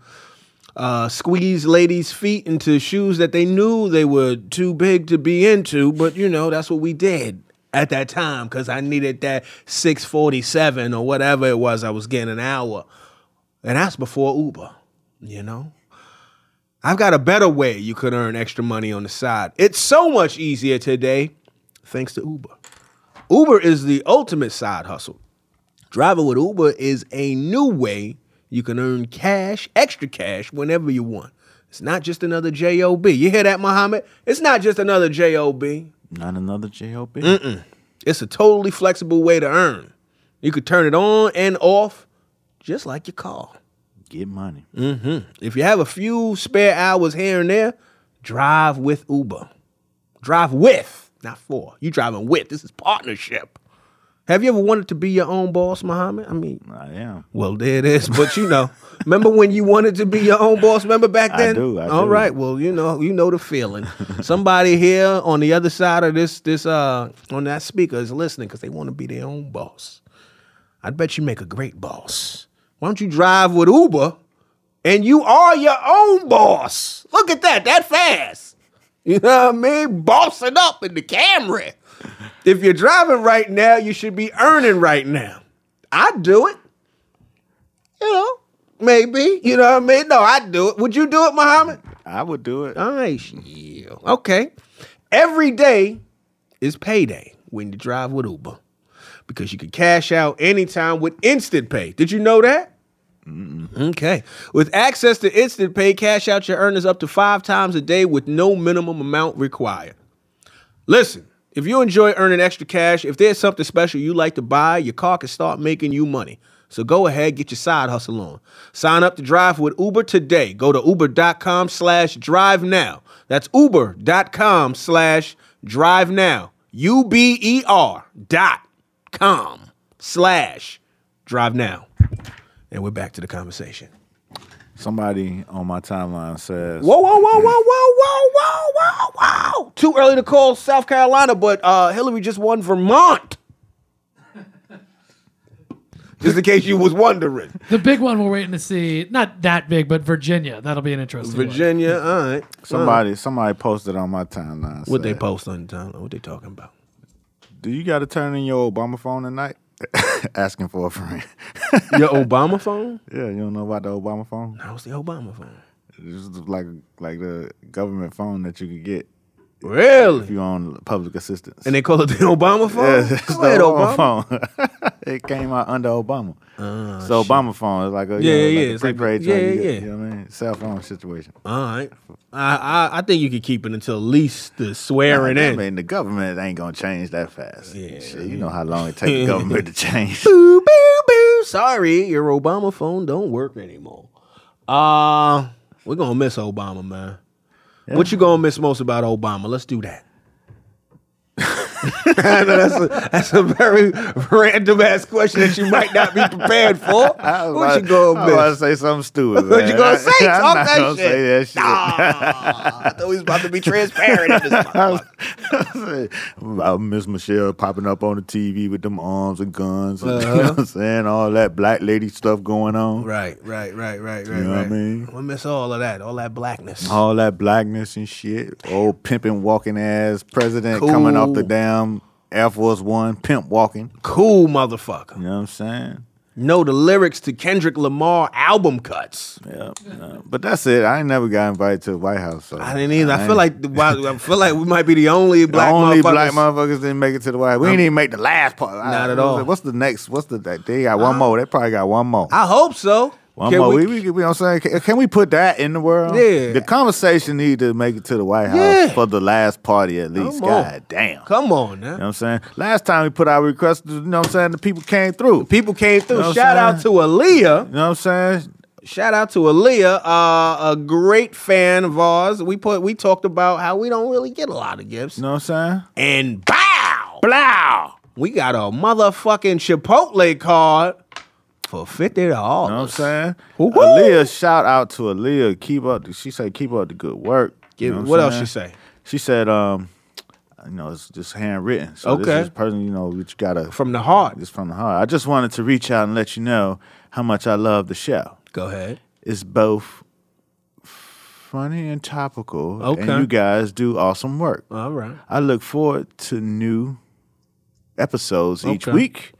[SPEAKER 3] uh, squeeze ladies' feet into shoes that they knew they were too big to be into, but you know, that's what we did at that time because I needed that 647 or whatever it was I was getting an hour. And that's before Uber, you know? I've got a better way you could earn extra money on the side. It's so much easier today thanks to Uber. Uber is the ultimate side hustle. Driving with Uber is a new way you can earn cash, extra cash, whenever you want. It's not just another job. You hear that, Muhammad? It's not just another job.
[SPEAKER 2] Not another JOB.
[SPEAKER 3] It's a totally flexible way to earn. You could turn it on and off, just like your car.
[SPEAKER 2] Get money.
[SPEAKER 5] Mm.
[SPEAKER 3] If you have a few spare hours here and there, drive with Uber. Drive with, not for. You driving with. This is partnership. Have you ever wanted to be your own boss, Muhammad? I mean,
[SPEAKER 2] I am.
[SPEAKER 3] well, there it is. But you know, remember when you wanted to be your own boss? Remember back
[SPEAKER 2] I
[SPEAKER 3] then?
[SPEAKER 2] do, I
[SPEAKER 3] All
[SPEAKER 2] do.
[SPEAKER 3] right. Well, you know, you know the feeling. Somebody here on the other side of this, this, uh, on that speaker is listening because they want to be their own boss. I bet you make a great boss. Why don't you drive with Uber and you are your own boss? Look at that, that fast. You know what I mean? Bossing up in the Camry. If you're driving right now, you should be earning right now. I'd do it. You know, maybe. You know what I mean? No, I'd do it. Would you do it, Muhammad?
[SPEAKER 2] I would do it.
[SPEAKER 3] Nice. Yeah. Okay. Every day is payday when you drive with Uber because you can cash out anytime with Instant Pay. Did you know that? Okay. With access to Instant Pay, cash out your earnings up to five times a day with no minimum amount required. Listen, if you enjoy earning extra cash, if there's something special you like to buy, your car can start making you money. So go ahead, get your side hustle on. Sign up to drive with Uber today. Go to uber.com slash drive now. That's uber.com slash drive now. U-B-E-R dot com slash drive now. And we're back to the conversation.
[SPEAKER 2] Somebody on my timeline says,
[SPEAKER 3] Whoa, whoa, whoa, whoa, whoa, whoa, whoa, whoa, whoa. Too early to call South Carolina, but uh, Hillary just won Vermont. just in case you was wondering.
[SPEAKER 5] The big one we're waiting to see, not that big, but Virginia. That'll be an interesting one.
[SPEAKER 3] Virginia, all right.
[SPEAKER 2] Somebody, somebody posted on my timeline.
[SPEAKER 3] What they
[SPEAKER 2] said,
[SPEAKER 3] post on the timeline? What they talking about?
[SPEAKER 2] Do you got to turn in your Obama phone tonight? Asking for a friend.
[SPEAKER 3] Your Obama phone?
[SPEAKER 2] yeah, you don't know about the Obama phone?
[SPEAKER 3] No, it's the Obama phone.
[SPEAKER 2] It's just like like the government phone that you could get if
[SPEAKER 3] Really?
[SPEAKER 2] you on public assistance.
[SPEAKER 3] And they call it the Obama phone?
[SPEAKER 2] Yes, it's
[SPEAKER 3] Go
[SPEAKER 2] the
[SPEAKER 3] ahead,
[SPEAKER 2] Obama,
[SPEAKER 3] Obama. Ah,
[SPEAKER 2] phone. it came out under Obama. so Obama phone is like a you
[SPEAKER 3] Yeah,
[SPEAKER 2] know,
[SPEAKER 3] yeah,
[SPEAKER 2] like a
[SPEAKER 3] it's like-
[SPEAKER 2] prepaid
[SPEAKER 3] yeah,
[SPEAKER 2] thing,
[SPEAKER 3] yeah,
[SPEAKER 2] you get-
[SPEAKER 3] yeah.
[SPEAKER 2] You know what I mean? Cell phone situation.
[SPEAKER 3] All right. I, I I think you could keep it until at least the swearing
[SPEAKER 2] I
[SPEAKER 3] in.
[SPEAKER 2] mean, the government ain't gonna change that fast.
[SPEAKER 3] Yeah.
[SPEAKER 2] Shit, you know how long it takes the government to change.
[SPEAKER 3] boo boo boo. Sorry, your Obama phone don't work anymore. Uh we're gonna miss Obama, man. What you gonna miss most about Obama? Let's do that. I know that's a, that's a very random ass question that you might not be prepared for.
[SPEAKER 2] I was
[SPEAKER 3] What you
[SPEAKER 2] about- I was
[SPEAKER 3] gonna
[SPEAKER 2] about to
[SPEAKER 3] miss?
[SPEAKER 2] say something stupid.
[SPEAKER 3] What you
[SPEAKER 2] man.
[SPEAKER 3] gonna
[SPEAKER 2] I-
[SPEAKER 3] say?
[SPEAKER 2] I'm
[SPEAKER 3] Talk
[SPEAKER 2] not
[SPEAKER 3] that
[SPEAKER 2] gonna
[SPEAKER 3] shit.
[SPEAKER 2] say that shit.
[SPEAKER 3] I thought he was about to be transparent. In this motherfucker.
[SPEAKER 2] I miss Michelle popping up on the TV with them arms and guns. And, You know what I'm saying? All that black lady stuff going on.
[SPEAKER 3] Uh-huh. right, right, right, right, right.
[SPEAKER 2] know what I
[SPEAKER 3] right.
[SPEAKER 2] mean? Oh.
[SPEAKER 3] We miss all of that, all that blackness.
[SPEAKER 2] All that blackness and shit. Old pimping walking ass president coming off the
[SPEAKER 3] Cool.
[SPEAKER 2] damn Air Force One, pimp walking.
[SPEAKER 3] Cool motherfucker.
[SPEAKER 2] You know what I'm saying?
[SPEAKER 3] Know the lyrics to Kendrick Lamar album cuts.
[SPEAKER 2] Yeah. yeah. But that's it. I ain't never got invited to the White House. So
[SPEAKER 3] I didn't either. I
[SPEAKER 2] ain't-
[SPEAKER 3] feel like the- why- I feel like we might be the only
[SPEAKER 2] The
[SPEAKER 3] black
[SPEAKER 2] only
[SPEAKER 3] motherfuckers.
[SPEAKER 2] black motherfuckers didn't make it to the White House. We didn't even make the last part. I- I
[SPEAKER 3] Not at
[SPEAKER 2] was
[SPEAKER 3] all. Uh-huh.
[SPEAKER 2] like, What's the next? What's the that? They got one more. They probably got one more.
[SPEAKER 3] I hope so.
[SPEAKER 2] One
[SPEAKER 3] Can
[SPEAKER 2] more.
[SPEAKER 3] we-
[SPEAKER 2] We, we, we, you know what I'm saying? Can, can we put that in the world?
[SPEAKER 3] Yeah.
[SPEAKER 2] The conversation need to make it to the White House
[SPEAKER 3] Yeah.
[SPEAKER 2] for the last party at least.
[SPEAKER 3] Come on.
[SPEAKER 2] God damn.
[SPEAKER 3] Come on now.
[SPEAKER 2] You know what I'm saying? Last time we put our request, you know what I'm saying? The people came through.
[SPEAKER 3] People came through.
[SPEAKER 2] You know what
[SPEAKER 3] Shout
[SPEAKER 2] I'm
[SPEAKER 3] out to Aaliyah.
[SPEAKER 2] You know what I'm saying?
[SPEAKER 3] Shout out to Aaliyah, uh, a great fan of ours. We put we talked about how we don't really get a lot of gifts.
[SPEAKER 2] You know what I'm saying?
[SPEAKER 3] And bow, blow, we got a motherfucking Chipotle card for fifty dollars.
[SPEAKER 2] You know what I'm saying?
[SPEAKER 3] Woo-hoo.
[SPEAKER 2] Aaliyah, shout out to Aaliyah. Keep up. the- She said, keep up the good work. You
[SPEAKER 3] Give-
[SPEAKER 2] know
[SPEAKER 3] what
[SPEAKER 2] I'm
[SPEAKER 3] else
[SPEAKER 2] saying?
[SPEAKER 3] she say?
[SPEAKER 2] She said, um, you know, it's just handwritten. So
[SPEAKER 3] Okay.
[SPEAKER 2] this is person, you know, which gotta
[SPEAKER 3] From the heart.
[SPEAKER 2] It's from the heart. I just wanted to reach out and let you know how much I love the show.
[SPEAKER 3] Go ahead.
[SPEAKER 2] It's both funny and topical,
[SPEAKER 3] Okay. Uh-huh.
[SPEAKER 2] and you guys do awesome work.
[SPEAKER 3] All right.
[SPEAKER 2] I look forward to new episodes each
[SPEAKER 3] Okay.
[SPEAKER 2] week.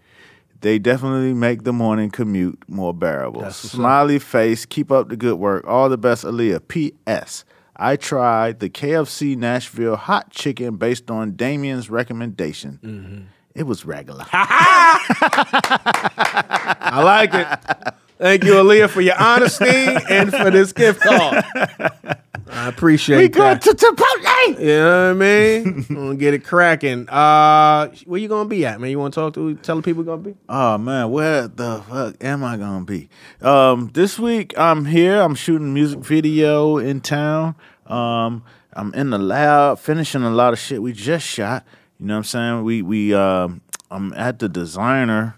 [SPEAKER 2] They definitely make the morning commute more bearable. Smiley face, keep up the good work. All the best, Aaliyah. P.S. I tried the KFC Nashville hot chicken based on Damien's recommendation.
[SPEAKER 3] Mm-hmm.
[SPEAKER 2] It was regular.
[SPEAKER 3] I like it. Thank you, Aaliyah, for your honesty and for this gift card. I appreciate
[SPEAKER 2] we
[SPEAKER 3] that.
[SPEAKER 2] going to Chipotle.
[SPEAKER 3] you know what I mean? I'm gonna get it cracking. Uh, where you gonna be at, man? You want to talk to? Tell the people you're gonna be.
[SPEAKER 2] Oh man, where the fuck am I gonna be? Um, this week I'm here. I'm shooting a music video in town. Um, I'm in the lab finishing a lot of shit we just shot. You know what I'm saying? We we um, I'm at the designer,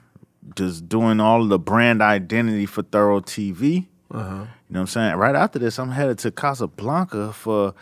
[SPEAKER 2] just doing all of the brand identity for
[SPEAKER 3] Uh-huh.
[SPEAKER 2] Thorough TV. You know what I'm saying? Right after this, I'm headed to Casablanca for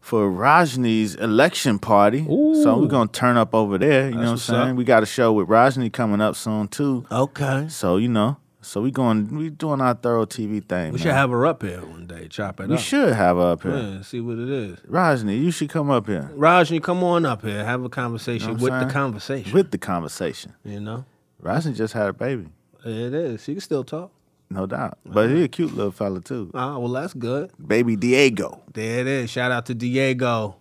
[SPEAKER 2] for Rajnee's election party. So we're gonna turn up over there. You know what I'm
[SPEAKER 3] what's
[SPEAKER 2] saying?
[SPEAKER 3] up.
[SPEAKER 2] We got a show with Rajnee coming up soon too.
[SPEAKER 3] Oh. Okay.
[SPEAKER 2] So you know, so we going we doing our thorough TV thing. man.
[SPEAKER 3] We should have her up here one day, chop it
[SPEAKER 2] we
[SPEAKER 3] up.
[SPEAKER 2] should have her up here.
[SPEAKER 3] Yeah, see what it is.
[SPEAKER 2] Rajni, you should come up here
[SPEAKER 3] Rajni, come on up here. Have a conversation
[SPEAKER 2] what I'm
[SPEAKER 3] with
[SPEAKER 2] saying?
[SPEAKER 3] the conversation.
[SPEAKER 2] with the conversation.
[SPEAKER 3] you know?
[SPEAKER 2] Rajni just had a baby,
[SPEAKER 3] It is. She can still talk.
[SPEAKER 2] no doubt. But he a cute little fella too.
[SPEAKER 3] Ah, well, that's good.
[SPEAKER 2] Baby Diego.
[SPEAKER 3] There it is. Shout out to Diego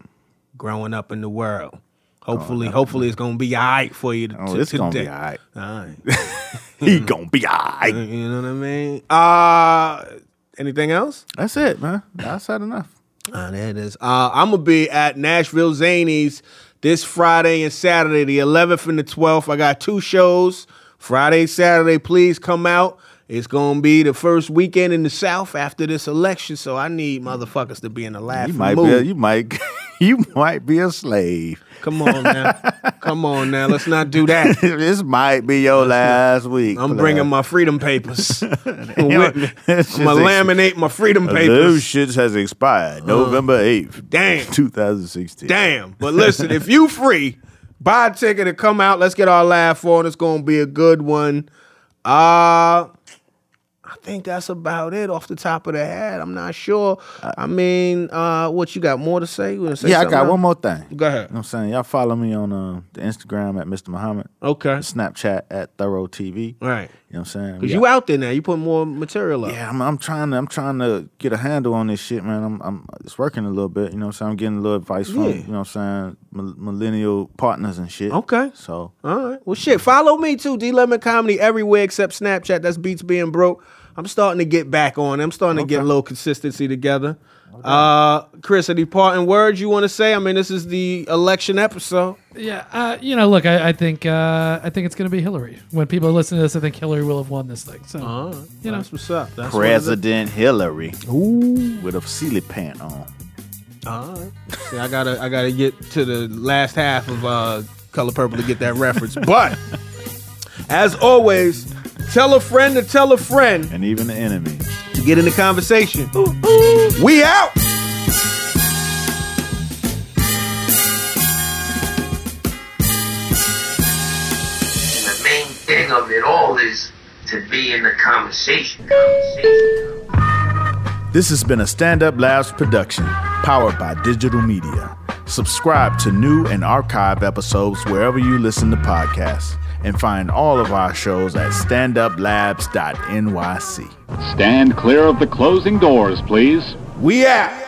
[SPEAKER 3] growing up in the world. Hopefully, hopefully it's gonna be all right for you. To,
[SPEAKER 2] Oh,
[SPEAKER 3] to-
[SPEAKER 2] it's gonna
[SPEAKER 3] today.
[SPEAKER 2] be all right.
[SPEAKER 3] All right.
[SPEAKER 2] He gonna be alright.
[SPEAKER 3] You know what I mean? Uh anything else?
[SPEAKER 2] That's it, man. That's had enough.
[SPEAKER 3] Ah, there it is. Uh, I'm gonna be at Nashville Zanies this Friday and Saturday, the 11th and the 12th. I got two shows. Friday, Saturday. Please come out. It's gonna be the first weekend in the South after this election, so I need motherfuckers to be in the laughing
[SPEAKER 2] You might
[SPEAKER 3] mood.
[SPEAKER 2] be. A, you might. you might be a slave.
[SPEAKER 3] Come on now, come on now. Let's not do that.
[SPEAKER 2] this might be your last week.
[SPEAKER 3] I'm
[SPEAKER 2] player.
[SPEAKER 3] bringing my freedom papers with me. I'm gonna
[SPEAKER 2] That's just ex-
[SPEAKER 3] laminate my freedom
[SPEAKER 2] Those
[SPEAKER 3] papers. Uh,
[SPEAKER 2] shits has expired November eighth.
[SPEAKER 3] damn.
[SPEAKER 2] 2016.
[SPEAKER 3] Damn. But listen, if you free, buy a ticket and come out. Let's get our laugh on. It's gonna be a good one. Uh I think that's about it off the top of the head. I'm not sure. I mean, uh, what you got more to say? You wanna say
[SPEAKER 2] Yeah, I
[SPEAKER 3] something
[SPEAKER 2] got
[SPEAKER 3] else?
[SPEAKER 2] one more thing. You know
[SPEAKER 3] Go ahead.
[SPEAKER 2] what I'm saying? Y'all follow me on uh, the Instagram at Mr. Muhammad,
[SPEAKER 3] Okay.
[SPEAKER 2] Snapchat at Thorough TV.
[SPEAKER 3] All right.
[SPEAKER 2] You know what I'm saying?
[SPEAKER 3] Cause
[SPEAKER 2] We
[SPEAKER 3] you out there now. You put more material up.
[SPEAKER 2] Yeah, I'm, I'm trying to I'm trying to get a handle on this shit, man. I'm I'm it's working a little bit, you know what I'm saying? I'm getting a little advice from,
[SPEAKER 3] Yeah.
[SPEAKER 2] you know what I'm saying, mil- millennial partners and shit.
[SPEAKER 3] Okay.
[SPEAKER 2] So, uh,
[SPEAKER 3] All right. Well, shit. Follow me too. D Lemon Comedy everywhere except Snapchat. That's Beats Being Broke. I'm starting to get back on. it. I'm starting to get a little consistency together. Uh, Chris, any parting words you want to say? I mean, this is the election episode.
[SPEAKER 5] Yeah, uh, you know, look, I, I think uh, I think it's going to be Hillary. When people listen to this, I think Hillary will have won this thing. So, you know,
[SPEAKER 3] That's what's up. That's what it is.
[SPEAKER 2] President Hillary with a silly pant on.
[SPEAKER 3] All right. See, I gotta, I gotta get to the last half of uh, Color Purple to get that reference. But as always, tell a friend to tell a friend
[SPEAKER 2] And even the enemy.
[SPEAKER 3] to get in the conversation. We out.
[SPEAKER 8] And the main thing of it all is to be in the conversation. conversation.
[SPEAKER 2] This has been a Stand Up Labs production, powered by digital media. Subscribe to new and archive episodes wherever you listen to podcasts, and find all of our shows at standuplabs.nyc.
[SPEAKER 9] Stand clear of the closing doors, please.
[SPEAKER 3] We out.